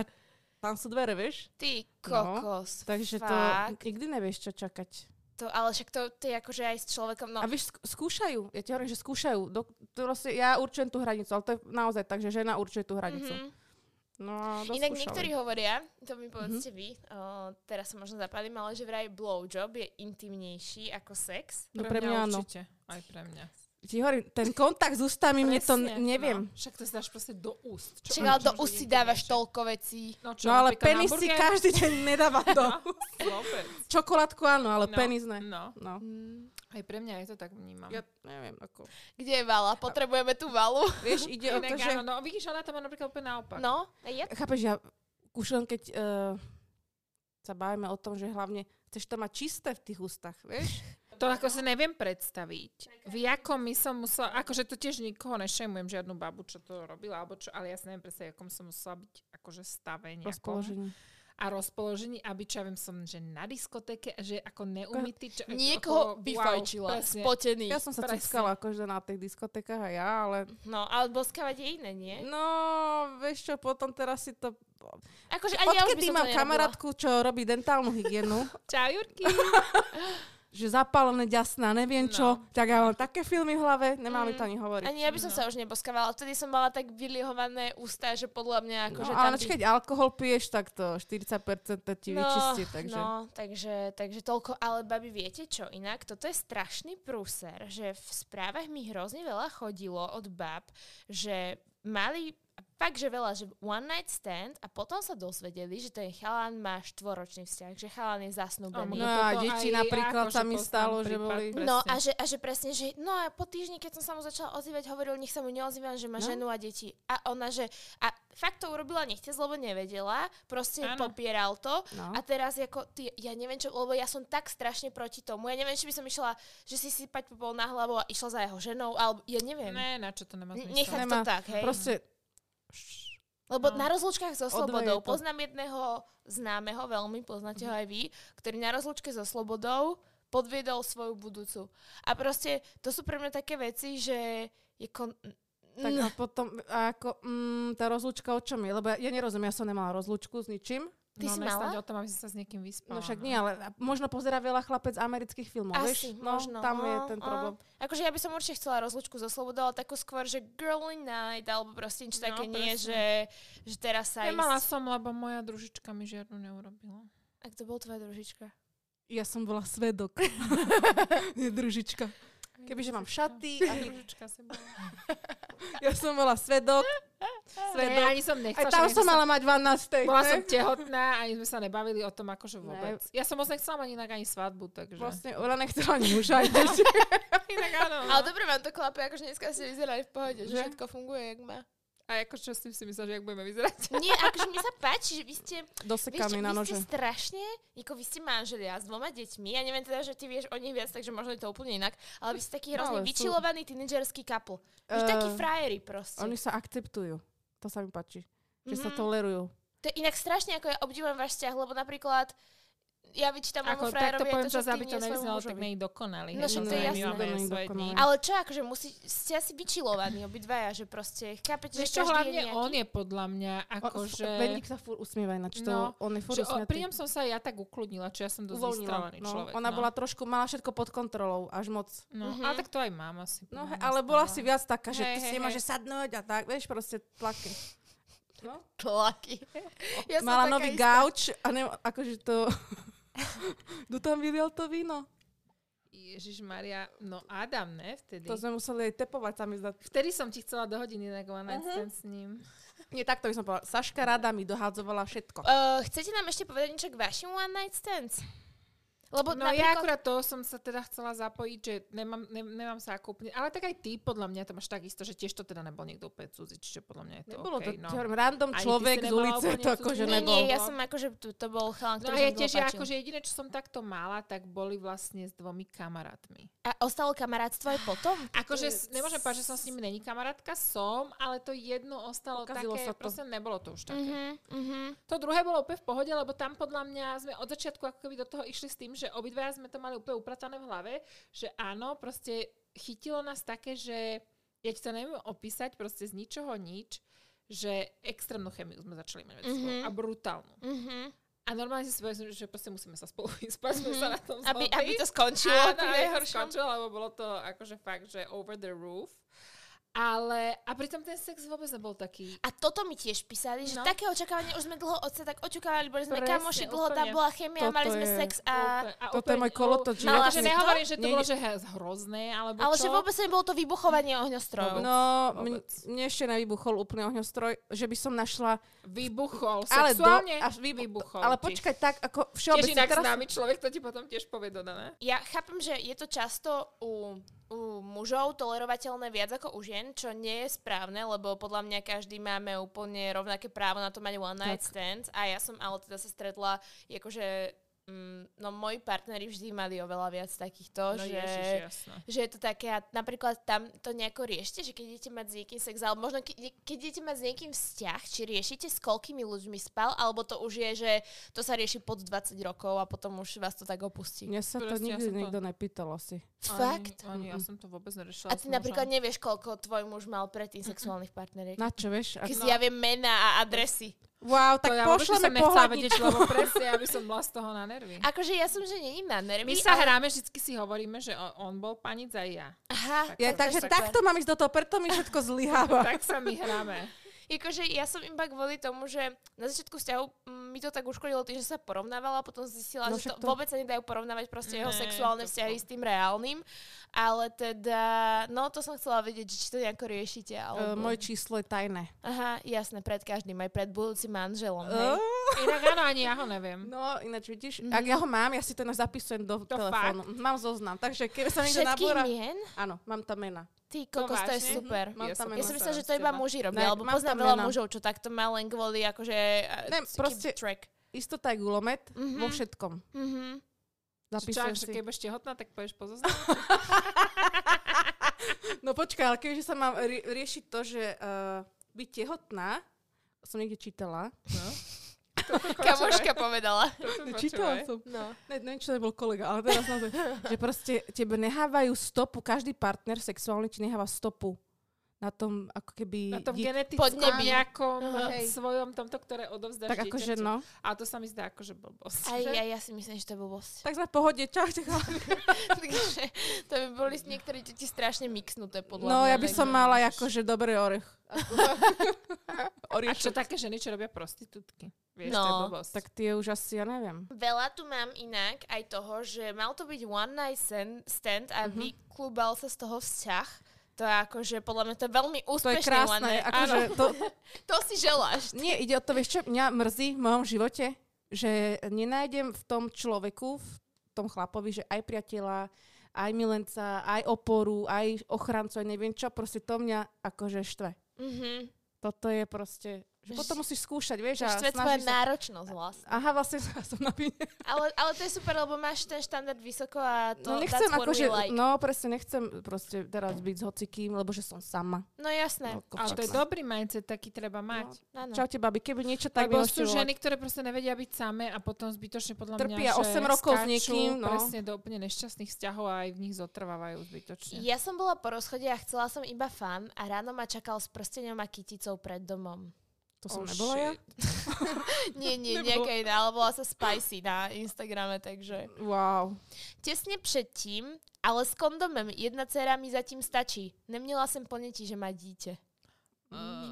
Speaker 2: tam sú dvere, vieš?
Speaker 1: Ty kokos,
Speaker 2: Takže to
Speaker 1: fakt.
Speaker 2: nikdy nevieš, čo čakať.
Speaker 1: To, ale však to, to je akože aj s človekom, no.
Speaker 2: A vieš, sk- skúšajú. Ja ti hovorím, že skúšajú. Do, to proste, ja určujem tú hranicu, ale to je naozaj tak, že žena určuje tú hranicu.
Speaker 1: Mhm.
Speaker 2: No a
Speaker 1: Inak
Speaker 2: doskúšali.
Speaker 1: niektorí hovoria, to mi
Speaker 2: Mhm.
Speaker 1: povedzte vy, o, teraz sa možno zapadím, ale že vraj blowjob je intimnejší ako sex.
Speaker 2: No pre mňa áno.
Speaker 3: určite. Aj pre mňa.
Speaker 2: Ti hovorím, ten kontakt s ústami, mne to
Speaker 1: Presne,
Speaker 2: n- neviem.
Speaker 3: No, však to si dáš proste do úst.
Speaker 1: Čak,
Speaker 3: Čo,
Speaker 1: ale
Speaker 3: čo
Speaker 1: do
Speaker 3: môže
Speaker 1: úst si
Speaker 3: byť
Speaker 1: dávaš
Speaker 3: intimnejšie?
Speaker 1: toľko vecí.
Speaker 3: No čo,
Speaker 2: No, ale
Speaker 3: napríklad
Speaker 2: penis si
Speaker 3: hamburger?
Speaker 2: každý deň nedáva to.
Speaker 3: Vôbec.
Speaker 2: Čokoládku áno, ale
Speaker 3: No,
Speaker 2: penis ne.
Speaker 3: No,
Speaker 2: No.
Speaker 3: aj pre mňa je to tak vnímam.
Speaker 2: Ja neviem, ako.
Speaker 1: Kde je vala? Potrebujeme tú valu.
Speaker 2: Vieš, ide o
Speaker 3: Inak
Speaker 2: to, že...
Speaker 3: áno, no vidíš, ona to má napríklad úplne naopak.
Speaker 1: No, je
Speaker 2: chápeš, ja už len keď uh, sa bavíme o tom, že hlavne chceš to mať čisté v tých ústach, vieš?
Speaker 3: To ako si neviem predstaviť. V jakom my som musela, akože to tiež nikoho nešemujem, žiadnu babu, čo to robila, alebo čo, ale ja si neviem predstaviť, v akom som musela byť akože stave nejakom.
Speaker 2: Rozpoloženie.
Speaker 3: A rozpoložení, aby čo ja viem som, že na diskotéke, že ako neumytý. Čo,
Speaker 1: Niekoho
Speaker 3: ako-
Speaker 1: vyfajčila,
Speaker 3: presne.
Speaker 1: spotený.
Speaker 2: Ja som sa
Speaker 3: presne.
Speaker 2: ciskala akože na tých diskotékach a ja, ale...
Speaker 1: No, ale boskávať je iné, nie?
Speaker 2: No, vieš čo, potom teraz si to...
Speaker 1: Akože ani ja už by
Speaker 2: Odkedy
Speaker 1: som to
Speaker 2: mám
Speaker 1: nerobila.
Speaker 2: kamarátku, čo robí dentálnu hygienu,
Speaker 3: Čau, Jurky.
Speaker 2: že zapálené ďasná, neviem
Speaker 3: No.
Speaker 2: čo, tak ja mám také filmy v hlave, nemám mi to
Speaker 1: Mm.
Speaker 2: ani hovoriť.
Speaker 1: Ani ja by som sa už neboskávala, vtedy som mala tak vyliehované ústa, že podľa mňa
Speaker 2: No,
Speaker 1: akože tam
Speaker 2: ale
Speaker 1: by-
Speaker 2: či keď alkohol piješ, tak to 40% to ti vyčistí, takže...
Speaker 1: No, takže, takže toľko. Ale babi, viete čo inak? Toto je strašný prúser, že v správach mi hrozne veľa chodilo od bab, že mali fakt, že veľa, že one night stand a potom sa dosvedeli, že ten chalan má štvoročný vzťah, že chalan je zasnúbený.
Speaker 2: No a
Speaker 3: toto
Speaker 2: deti
Speaker 3: aj
Speaker 2: napríklad
Speaker 3: akože
Speaker 2: sa mi
Speaker 3: poznám
Speaker 2: stalo, že
Speaker 3: prípad,
Speaker 2: boli-
Speaker 3: presne.
Speaker 1: No a že, a že presne, že no a po týždni, keď som sa mu začala ozývať, hovoril, nech sa mu neozývam, že má
Speaker 2: No.
Speaker 1: no. ženu a deti. A ona, že a fakt to urobila nechce, lebo nevedela, proste
Speaker 3: Áno.
Speaker 1: ano. popieral to a
Speaker 2: No.
Speaker 1: teraz ako, ty, ja neviem čo, lebo ja som tak strašne proti tomu. Ja neviem, či by som išla, že si sypať popol na hlavu a išla za jeho ženou, alebo ja neviem.
Speaker 3: Ne, na čo to nemá
Speaker 1: N-
Speaker 3: zmysel.
Speaker 1: Nechať to
Speaker 2: vlastne Nemá.
Speaker 1: tak, hej.
Speaker 2: Proste
Speaker 1: Lebo
Speaker 3: No.
Speaker 1: na rozlúčkach so slobodou,
Speaker 2: to. Mhm.
Speaker 1: poznám jedného známeho, veľmi poznáte ho aj vy, ktorý na rozlúčke so slobodou podviedol svoju budúcu. A proste to sú pre mňa také veci, že je kon...
Speaker 2: Tak
Speaker 1: Mm.
Speaker 2: no. a potom, a ako, mm, tá rozlúčka o čom je? Lebo ja, ja nerozumiem, ja som nemala rozlúčku s ničím.
Speaker 1: Ty
Speaker 3: no,
Speaker 1: si
Speaker 3: ona je
Speaker 1: mala?
Speaker 3: snáď o tom, aby si sa s niekým vyspala.
Speaker 2: No však nie, ale a možno pozera veľa chlapec amerických filmov,
Speaker 1: Asi,
Speaker 2: vieš? No,
Speaker 1: možno.
Speaker 2: tam je
Speaker 1: Á,
Speaker 2: ten
Speaker 1: á.
Speaker 2: problém.
Speaker 1: Akože ja by som určite chcela rozlúčku so slobodou, ale takú skôr, že girly night, alebo proste niečo
Speaker 3: No,
Speaker 1: také nie,
Speaker 3: presne.
Speaker 1: že, že teraz sa
Speaker 3: Nemala
Speaker 1: ísť...
Speaker 3: som, lebo moja družička mi žiadnu neurobila.
Speaker 1: Ak to bol tvoja družička.
Speaker 2: Ja som bola svedok. Nie družička. Kebyže mám šaty a-
Speaker 3: A družička si bola.
Speaker 2: Ja som bola svedok.
Speaker 3: Ne,
Speaker 2: Svedok.
Speaker 3: ani som
Speaker 2: Aj
Speaker 3: nechcela.
Speaker 2: tam
Speaker 3: že
Speaker 2: som
Speaker 3: sme
Speaker 2: mala mať van na steak,
Speaker 3: Bola
Speaker 2: ne?
Speaker 3: som tehotná, ani sme sa nebavili o tom akože
Speaker 2: Ne.
Speaker 3: vôbec. Ja som moc nechcela mať inak ani svadbu, takže...
Speaker 2: Vlastne, ona nechcela ani muža, ani deti.
Speaker 3: inak áno.
Speaker 1: Ale dobre vám to klape, akože dneska ste vyzerali v pohode, že
Speaker 2: Že?
Speaker 1: všetko funguje, jak má.
Speaker 3: A ako čo s tým si myslela, že jak budeme vyzerať?
Speaker 1: Nie, akože mi sa páči, že vy ste
Speaker 2: Dosekami
Speaker 1: Vieš,
Speaker 2: na
Speaker 1: vy
Speaker 2: nože.
Speaker 1: ste strašne, ako vy ste manželia s dvoma deťmi, ja neviem teda, že ty vieš o nich viac, takže možno je to úplne inak, ale vy ste taký
Speaker 2: No,
Speaker 1: hrozne
Speaker 2: ale sú-
Speaker 1: vyčilovaný tínedžerský couple. Uh,
Speaker 2: Eh,
Speaker 1: takí frajeri proste.
Speaker 2: Oni sa akceptujú. To sa mi páči. Že sa
Speaker 1: Mhm.
Speaker 2: tolerujú.
Speaker 1: To je inak strašne, ako ja obdivujem váš vzťah, lebo napríklad ja vyčítam môjmu
Speaker 3: Ako takto
Speaker 1: frajerovi aj
Speaker 3: poviem
Speaker 1: to, že
Speaker 3: čas,
Speaker 1: ty
Speaker 3: aby to
Speaker 1: nie svojmu
Speaker 3: nevyznalo, tak
Speaker 1: mužovi.
Speaker 3: nej dokonali.
Speaker 1: No však to je jasné.
Speaker 3: My máme
Speaker 2: Není
Speaker 3: svoje dni.
Speaker 2: dokonalý.
Speaker 1: Ale čo, akože musí, ste asi vyčilovaní obidvaja, že proste chápete, že
Speaker 3: Vieš čo,
Speaker 1: každý je
Speaker 3: hlavne
Speaker 1: nejaký.
Speaker 3: on je podľa mňa akože...
Speaker 2: Bendik sa fur usmieva ináč, to,
Speaker 3: No,
Speaker 2: on je fur
Speaker 3: Že o,
Speaker 2: usmiatý.
Speaker 3: pri ňom som sa ja tak ukludnila, čo ja som dosť vystrelený človek.
Speaker 2: Ona
Speaker 3: no.
Speaker 2: bola trošku, mala všetko pod kontrolou, až moc.
Speaker 3: No,
Speaker 1: Mhm.
Speaker 3: ale tak to aj mám asi.
Speaker 2: No,
Speaker 3: podľa
Speaker 2: he,
Speaker 3: mňa
Speaker 2: ale bola
Speaker 3: stále.
Speaker 2: si viac taká, že
Speaker 3: Hej,
Speaker 2: ty si
Speaker 3: hej,
Speaker 2: nemá,
Speaker 3: hej.
Speaker 2: že sadnúť a tak, vieš, proste tlaky.
Speaker 1: tlaky. Ja som
Speaker 2: Mala
Speaker 1: taká
Speaker 2: nový
Speaker 1: istá.
Speaker 2: gauč a ne, akože to... Kto tam vylial to víno?
Speaker 3: Ježiš Maria, no Adam, ne, vtedy.
Speaker 2: To sme museli aj tepovať, sa mi zdá.
Speaker 3: Vtedy som ti chcela do hodiny na One Night Stand
Speaker 2: Mhm.
Speaker 3: s ním.
Speaker 2: Nie, takto by som povedala. Saška rada mi dohádzovala všetko.
Speaker 1: Uh, chcete nám ešte povedať niečo k vašim one night stands? Lebo
Speaker 3: No ja akurát to som sa teda chcela zapojiť, že nemám, ne, nemám sa ako úplne, ale tak aj ty podľa mňa to máš takisto, že tiež to teda nebol niekto úplne cudzí, čiže podľa mňa je to
Speaker 2: Nebolo
Speaker 3: okay,
Speaker 2: to,
Speaker 3: no.
Speaker 2: ja hovorím, random
Speaker 3: Ani ty si
Speaker 2: človek z
Speaker 3: nemala
Speaker 2: ulice,
Speaker 3: úplne
Speaker 2: to
Speaker 3: cudzí-
Speaker 2: akože
Speaker 1: nie,
Speaker 2: nebol.
Speaker 1: nie, ja som akože, to, to bol chalan,
Speaker 3: No
Speaker 1: ktorý
Speaker 3: a
Speaker 1: som
Speaker 3: ja tiež, ja
Speaker 1: akože...
Speaker 3: akože jediné, čo som takto mala, tak boli vlastne s dvomi kamarátmi.
Speaker 1: A ostalo kamarátstvo aj potom?
Speaker 3: Akože
Speaker 2: Yes.
Speaker 3: s- nemôžem povedať, že som s nimi není kamarátka, som, ale to jedno ostalo
Speaker 2: Pokazilo
Speaker 3: také,
Speaker 2: sa to.
Speaker 3: proste nebolo to už také.
Speaker 1: Mhm, mhm.
Speaker 3: To druhé bolo úplne v pohode, lebo tam podľa mňa sme od začiatku ako keby do toho išli s tým, že obidvaja sme to mali úplne upratané v hlave, že áno, proste chytilo nás také, že ja ti to neviem opísať, proste z ničoho nič, že extrémnu chemiu sme začali mať medzi sebou
Speaker 1: Mhm.
Speaker 3: a brutálnu.
Speaker 1: mhm.
Speaker 3: A normálne si si povedali, že proste musíme sa spolu vyspať, sme sa na tom
Speaker 1: Aby,
Speaker 3: zhodli.
Speaker 1: aby to skončilo. pri
Speaker 3: Áno, aj to
Speaker 1: najhoršom.
Speaker 3: skončilo, lebo bolo to akože fakt, že over the roof. Ale, a pritom ten sex vôbec nebol taký...
Speaker 1: A toto mi tiež písali, že
Speaker 3: No.
Speaker 1: také očakávanie už sme dlho od sa tak očakávali, boli sme
Speaker 3: Presne,
Speaker 1: kamoši, dlho tam
Speaker 3: úplne.
Speaker 1: bola chemia,
Speaker 2: Toto
Speaker 1: mali sme
Speaker 2: je-
Speaker 1: sex a...
Speaker 3: úplne, a
Speaker 2: toto je
Speaker 3: úplne-
Speaker 2: môj kolotoč,
Speaker 1: že
Speaker 3: no, akože
Speaker 1: vlastne-
Speaker 3: nehovorím, že to
Speaker 2: Nie,
Speaker 3: bolo,
Speaker 2: nie.
Speaker 3: že he- hrozné, alebo
Speaker 1: Ale
Speaker 3: čo.
Speaker 1: že vôbec nebolo to vybuchovanie ohňostrojov.
Speaker 2: No, mne,
Speaker 3: Vôbec.
Speaker 2: mne ešte nevybuchol úplne ohňostroj, že by som našla
Speaker 3: Vybuchol,
Speaker 2: Ale do-
Speaker 3: sexuálne
Speaker 2: až
Speaker 3: vybuchol.
Speaker 2: Ale
Speaker 3: ti.
Speaker 2: počkaj, tak ako
Speaker 3: Tiež
Speaker 2: všeobecne
Speaker 3: inak
Speaker 2: teraz...
Speaker 3: známy človek, to ti potom tiež povie dodané.
Speaker 1: Ja chápem, že je to často u, u mužov tolerovateľné viac ako u žien, čo nie je správne, lebo podľa mňa každý máme úplne rovnaké právo na to mať one night
Speaker 2: Tak.
Speaker 1: stands a ja som ale teda sa stretla, akože, mm, no moji partneri vždy mali oveľa viac takýchto,
Speaker 3: no
Speaker 1: že
Speaker 3: ježiš, jasné.
Speaker 1: že je to také, a napríklad tam to nejako riešte, že keď idete mať s niekým sex, alebo možno ke, keď idete mať s niekým vzťah, či riešite s koľkými ľuďmi spal, alebo to už je, že to sa rieši pod 20 rokov a potom už vás to tak opustí.
Speaker 2: Mne sa to
Speaker 3: Proste ja
Speaker 2: nikdy
Speaker 3: som to-
Speaker 2: nikto nepýtal asi.
Speaker 1: Fakt?
Speaker 3: Ani, ani ja
Speaker 2: Mm-mm.
Speaker 3: som to vôbec
Speaker 1: A
Speaker 3: neriešila.
Speaker 1: ty napríklad nevieš, koľko tvoj muž mal predtým sexuálnych partneriek.
Speaker 2: Na čo, vieš?
Speaker 1: Keď
Speaker 2: Ak...
Speaker 1: si ja viem mená a adresy.
Speaker 2: Wow,
Speaker 3: to
Speaker 2: tak
Speaker 3: ja vôbec by
Speaker 2: pošleme
Speaker 3: som nechcela
Speaker 2: pohľadník.
Speaker 3: vedieť, lebo presne, aby som bola z toho na nervy.
Speaker 1: Akože ja som, že není na nervy.
Speaker 3: My sa
Speaker 1: ale-
Speaker 3: hráme, vždy si hovoríme, že o- on bol panic aj ja.
Speaker 1: Aha,
Speaker 3: Tak
Speaker 1: to
Speaker 2: Ja,
Speaker 1: je
Speaker 2: takže
Speaker 1: super.
Speaker 2: takto mám ísť do toho, preto mi všetko zlyháva.
Speaker 3: Tak sa my hráme.
Speaker 1: Akože ja som iba kvôli tomu, že na začiatku vzťahu mm, mi to tak uškodilo tým, že sa porovnávala a potom zistila,
Speaker 2: No
Speaker 1: že to,
Speaker 2: však to-
Speaker 1: vôbec sa nedajú porovnávať proste jeho
Speaker 3: Ne,
Speaker 1: sexuálne
Speaker 3: to
Speaker 1: vzťahy
Speaker 3: to-
Speaker 1: s tým reálnym. Ale teda, no to som chcela vedieť, že či to nejako riešite.
Speaker 2: Uh,
Speaker 1: Alebo...
Speaker 2: moje číslo je tajné.
Speaker 1: Aha, jasné, pred každým, aj pred budúcim manželom.
Speaker 2: Eh,
Speaker 1: Hej.
Speaker 3: Inak áno, ani ja ho neviem.
Speaker 2: No, ináč vidíš,
Speaker 1: Mhm.
Speaker 2: ak ja ho mám, ja si to ináč zapisujem do
Speaker 3: To
Speaker 2: telefónu. Mám zoznam, takže keby sa niekto
Speaker 1: Všetkých
Speaker 2: nabúra...
Speaker 1: mien?
Speaker 2: Áno, mám tam mena.
Speaker 1: Ty, kokos, to je
Speaker 3: vážne?
Speaker 1: super.
Speaker 2: Mám
Speaker 3: Ja
Speaker 2: tam
Speaker 3: som-
Speaker 1: Ja som
Speaker 2: mena.
Speaker 3: sa
Speaker 1: myslela, že
Speaker 3: z
Speaker 1: to iba
Speaker 3: teba.
Speaker 1: muži
Speaker 2: Ne,
Speaker 1: robia, alebo
Speaker 2: mám
Speaker 1: poznám
Speaker 2: tam
Speaker 1: veľa
Speaker 2: mena.
Speaker 1: mužov, čo takto má len kvôli, akože...
Speaker 2: Ne,
Speaker 1: Ne,
Speaker 2: proste-
Speaker 1: track.
Speaker 2: Istota je gulomet
Speaker 1: Mhm.
Speaker 2: vo všetkom.
Speaker 1: Mhm.
Speaker 3: Čiže Čak,
Speaker 2: Zapisujem
Speaker 3: že
Speaker 2: si.
Speaker 3: keď budeš tehotná, tak povieš pozoznať.
Speaker 2: No počkaj, ale keďže sa mám rie- riešiť to, že uh, byť tehotná, som niekde čítala.
Speaker 3: No.
Speaker 1: Kamoška povedala.
Speaker 2: Čítala som.
Speaker 1: No.
Speaker 2: Ne, neviem, čo to bol kolega, ale teraz naozaj. že proste tebe nehávajú stopu, každý partner sexuálny ti neháva stopu na tom, ako keby...
Speaker 3: Na tom
Speaker 2: di-
Speaker 3: genetickom
Speaker 1: podnebí.
Speaker 3: nejakom
Speaker 1: Aha.
Speaker 3: eh, svojom tomto, ktoré odovzdáš
Speaker 2: tak akože
Speaker 3: dieťaťu.
Speaker 2: no.
Speaker 3: A to sa mi zdá akože blbosť.
Speaker 1: Aj,
Speaker 3: že?
Speaker 1: aj, ja si myslím, že to je blbosť.
Speaker 2: Tak sme v pohode, čau. čau.
Speaker 1: Takže to by boli s- niektoré deti strašne mixnuté, podľa
Speaker 2: No,
Speaker 1: mňa.
Speaker 2: ja by
Speaker 1: takže-
Speaker 2: som mala akože dobrý orech.
Speaker 3: A čo také ženy, čo robia prostitútky? Vieš, to je
Speaker 1: No.
Speaker 3: blbosť.
Speaker 2: Tak tie už asi, ja neviem.
Speaker 1: Veľa tu mám inak aj toho, že mal to byť one night sen- stand a vyklúbal sa z toho vzťah. To je akože, podľa mňa to je veľmi
Speaker 2: To je
Speaker 1: úspešný one
Speaker 2: krásne,
Speaker 1: night.
Speaker 2: akože
Speaker 1: áno,
Speaker 2: to,
Speaker 1: to si želáš.
Speaker 2: Nie, ide o to, vieš čo, mňa mrzí v mojom živote, že nenájdem v tom človeku, v tom chlapovi, že aj priateľa, aj milenca, aj oporu, aj ochrancu, aj neviem čo, proste to mňa akože štve.
Speaker 1: Mhm.
Speaker 2: Toto je proste, že
Speaker 1: Že
Speaker 2: potom musíš skúšať, vieš,
Speaker 1: Že
Speaker 2: a
Speaker 1: štve tvoja
Speaker 2: snažíš sa.
Speaker 1: náročnosť vlastne.
Speaker 2: Aha, vlastne som na vine.
Speaker 1: Ale, ale to je super, lebo máš ten štandard vysoko a to
Speaker 2: No nechcem
Speaker 1: that's what
Speaker 2: akože,
Speaker 1: we like. No,
Speaker 2: no presne nechcem proste teraz byť s hocikým, lebo že som sama.
Speaker 1: jasné. No,
Speaker 2: No,
Speaker 3: Ale to je
Speaker 2: fakt ne.
Speaker 3: dobrý mindset, taký treba mať.
Speaker 1: Áno.
Speaker 2: Čaute, babi, keby niečo tak
Speaker 3: Tak Lebo
Speaker 2: mi
Speaker 3: sú
Speaker 2: môžete volať.
Speaker 3: ženy, ktoré proste nevedia byť samé a potom zbytočne podľa
Speaker 2: Trpia
Speaker 3: mňa, že
Speaker 2: 8 rokov s
Speaker 3: skáču
Speaker 2: niekým, no.
Speaker 3: presne do úplne nešťastných vzťahov a aj v nich zotrvávajú zbytočne.
Speaker 1: Ja som bola po rozchode a chcela som iba fan a ráno ma čakal s prsteňom a kyticou pred domom.
Speaker 2: To som
Speaker 3: Oh,
Speaker 2: nebola ja?
Speaker 3: shit.
Speaker 1: Nie, nie,
Speaker 3: Nebolo.
Speaker 1: nejaká iná, ale bola sa spicy na Instagrame, takže...
Speaker 2: Wow.
Speaker 1: Tesne předtím, ale s kondomem, jedna dcera mi zatím stačí. Neměla jsem ponětí, že má dítě.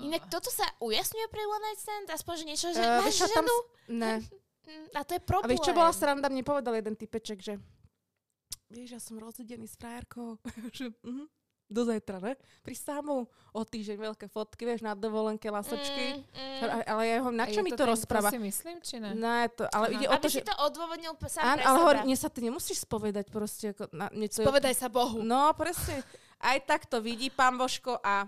Speaker 1: Inak toto sa ujasňuje pri One Night Stand? Aspoň, že niečo, že
Speaker 2: Eh,
Speaker 1: máš
Speaker 2: vieš čo,
Speaker 1: ženu?
Speaker 2: s- Ne.
Speaker 1: Mm, A to je
Speaker 2: A
Speaker 1: problém.
Speaker 2: vieš, čo bola sranda? Mne povedal jeden typeček, že vieš, ja som rozvedený s frajerkou. že, mhm, do zajtra, ne? Pri samou o týždeň veľké fotky, vieš, na doholenke,
Speaker 1: Mm,
Speaker 2: lasočky.
Speaker 1: mm.
Speaker 2: Ale, ale ja ho, na čo
Speaker 3: je
Speaker 2: mi
Speaker 3: to
Speaker 2: to
Speaker 3: ten,
Speaker 2: rozpráva? No,
Speaker 3: To si myslím, či ne?
Speaker 2: Ne, to, ale
Speaker 3: Aha.
Speaker 2: ide o
Speaker 1: Aby
Speaker 2: to,
Speaker 1: si
Speaker 2: že...
Speaker 1: to odôvodnil p- sám
Speaker 2: Áno,
Speaker 1: pre
Speaker 2: ale
Speaker 1: seba.
Speaker 2: hovorí, mne sa ty nemusíš spovedať proste, ako na, niečo... je-
Speaker 1: Povedaj sa Bohu.
Speaker 2: No, presne. Aj tak to vidí pán Božko a...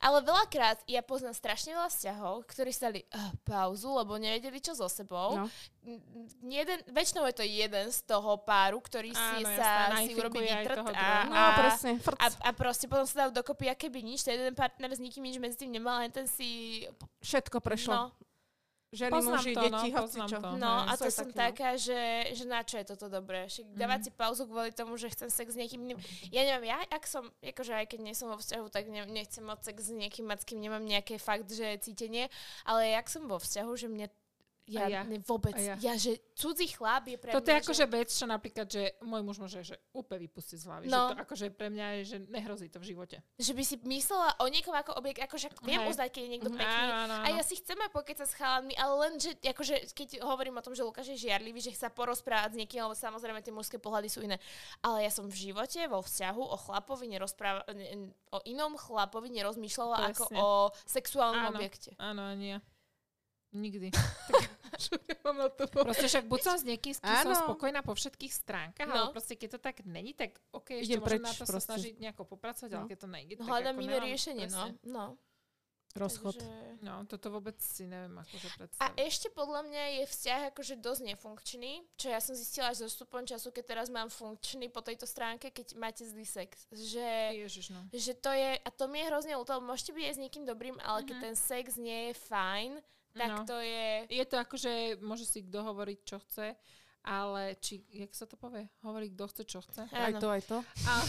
Speaker 1: Ale veľakrát ja poznám strašne veľa vzťahov, ktorí stali uh, pauzu, lebo nevedeli čo so sebou.
Speaker 2: No.
Speaker 1: N- n- jeden, väčšinou je to jeden z toho páru, ktorý si
Speaker 3: Áno, jasné,
Speaker 1: sa
Speaker 3: a
Speaker 1: si urobí
Speaker 3: nainfikuje aj
Speaker 1: výtrt
Speaker 3: toho
Speaker 1: a,
Speaker 3: druhého.
Speaker 2: No,
Speaker 1: a,
Speaker 2: presne, frc.
Speaker 1: a, a proste potom sa dajú dokopy, aké by nič, ten jeden partner s nikým nič medzi tým nemal, len ten si...
Speaker 2: Všetko
Speaker 1: No,
Speaker 2: prešlo. Ženy,
Speaker 3: Poznám
Speaker 2: muži,
Speaker 3: to, no,
Speaker 2: deti, hoci
Speaker 3: poznám
Speaker 2: čo.
Speaker 3: to.
Speaker 1: no
Speaker 2: hej,
Speaker 1: a
Speaker 2: sú
Speaker 1: to
Speaker 2: aj
Speaker 1: som
Speaker 2: takí, no.
Speaker 1: taká, že, že na čo je toto dobré? Však
Speaker 3: Mhm.
Speaker 1: dávať si pauzu kvôli tomu, že chcem sex s niekým iným. Ja neviem, ja ak som, akože aj keď nie som vo vzťahu, tak ne, nechcem mať sex s niekým, mať, s kým nemám nejaké fakt, že cítenie, ale ak som vo vzťahu, že mne ja,
Speaker 3: A ja.
Speaker 1: Ne, vôbec,
Speaker 3: A ja.
Speaker 1: ja. že cudzí chlap je pre
Speaker 3: Toto
Speaker 1: mňa,
Speaker 3: je akože vec, čo napríklad, že môj muž môže že úplne vypustiť z hlavy.
Speaker 1: No.
Speaker 3: Že to akože pre mňa je, že nehrozí to v živote.
Speaker 1: že, že by si myslela o niekom ako objekt, akože viem
Speaker 3: Hej.
Speaker 1: uznať, keď je niekto
Speaker 3: Mhm.
Speaker 1: pekný,
Speaker 3: Áno, áno,
Speaker 1: A
Speaker 3: áno.
Speaker 1: ja si chcem aj pokecať s chalanmi, ale len, že akože, keď hovorím o tom, že Lukáš je žiarlivý, že chce sa porozprávať s niekým, lebo samozrejme tie mužské pohľady sú iné. Ale ja som v živote, vo vzťahu o chlapovi nerozpráva, ne, ne- o inom chlapovi nerozmýšľala ako
Speaker 3: Presne.
Speaker 1: o sexuálnom
Speaker 3: Áno.
Speaker 1: objekte.
Speaker 3: Áno, ani ja. Nikdy.
Speaker 2: Čo ja mám na to povedať?
Speaker 3: Proste však buď som s niekým, s kým som
Speaker 2: Áno.
Speaker 3: spokojná po všetkých stránkach,
Speaker 1: No.
Speaker 3: ale proste keď to tak není, tak OK,
Speaker 2: Idem
Speaker 3: ešte
Speaker 2: preč
Speaker 3: môžem na to
Speaker 2: proste.
Speaker 3: sa snažiť nejako popracovať, ale
Speaker 2: No.
Speaker 3: keď to nejde, tak
Speaker 1: Hľadám
Speaker 3: ako
Speaker 1: iné
Speaker 3: nemám-
Speaker 1: riešenie,
Speaker 3: presne.
Speaker 1: no. no.
Speaker 2: Rozchod.
Speaker 1: Takže-
Speaker 3: No, toto vôbec si neviem akože
Speaker 1: A e-
Speaker 3: predstaviť.
Speaker 1: ešte podľa mňa je vzťah akože dosť nefunkčný, čo ja som zistila až so vstupom času, keď teraz mám funkčný po tejto stránke, keď máte zlý sex. Že
Speaker 3: Ježiš, no.
Speaker 1: že to je, a to mi je hrozne ľúto, lebo môžete byť aj s niekým dobrým, ale keď
Speaker 3: Mhm.
Speaker 1: ten sex nie je fajn, tak
Speaker 3: No.
Speaker 1: to je...
Speaker 3: Je to ako, že môže si kto hovoriť, čo chce, ale či, jak sa to povie? Hovorí, kto chce, čo
Speaker 2: Aj
Speaker 3: chce.
Speaker 2: to, aj to.
Speaker 3: Ale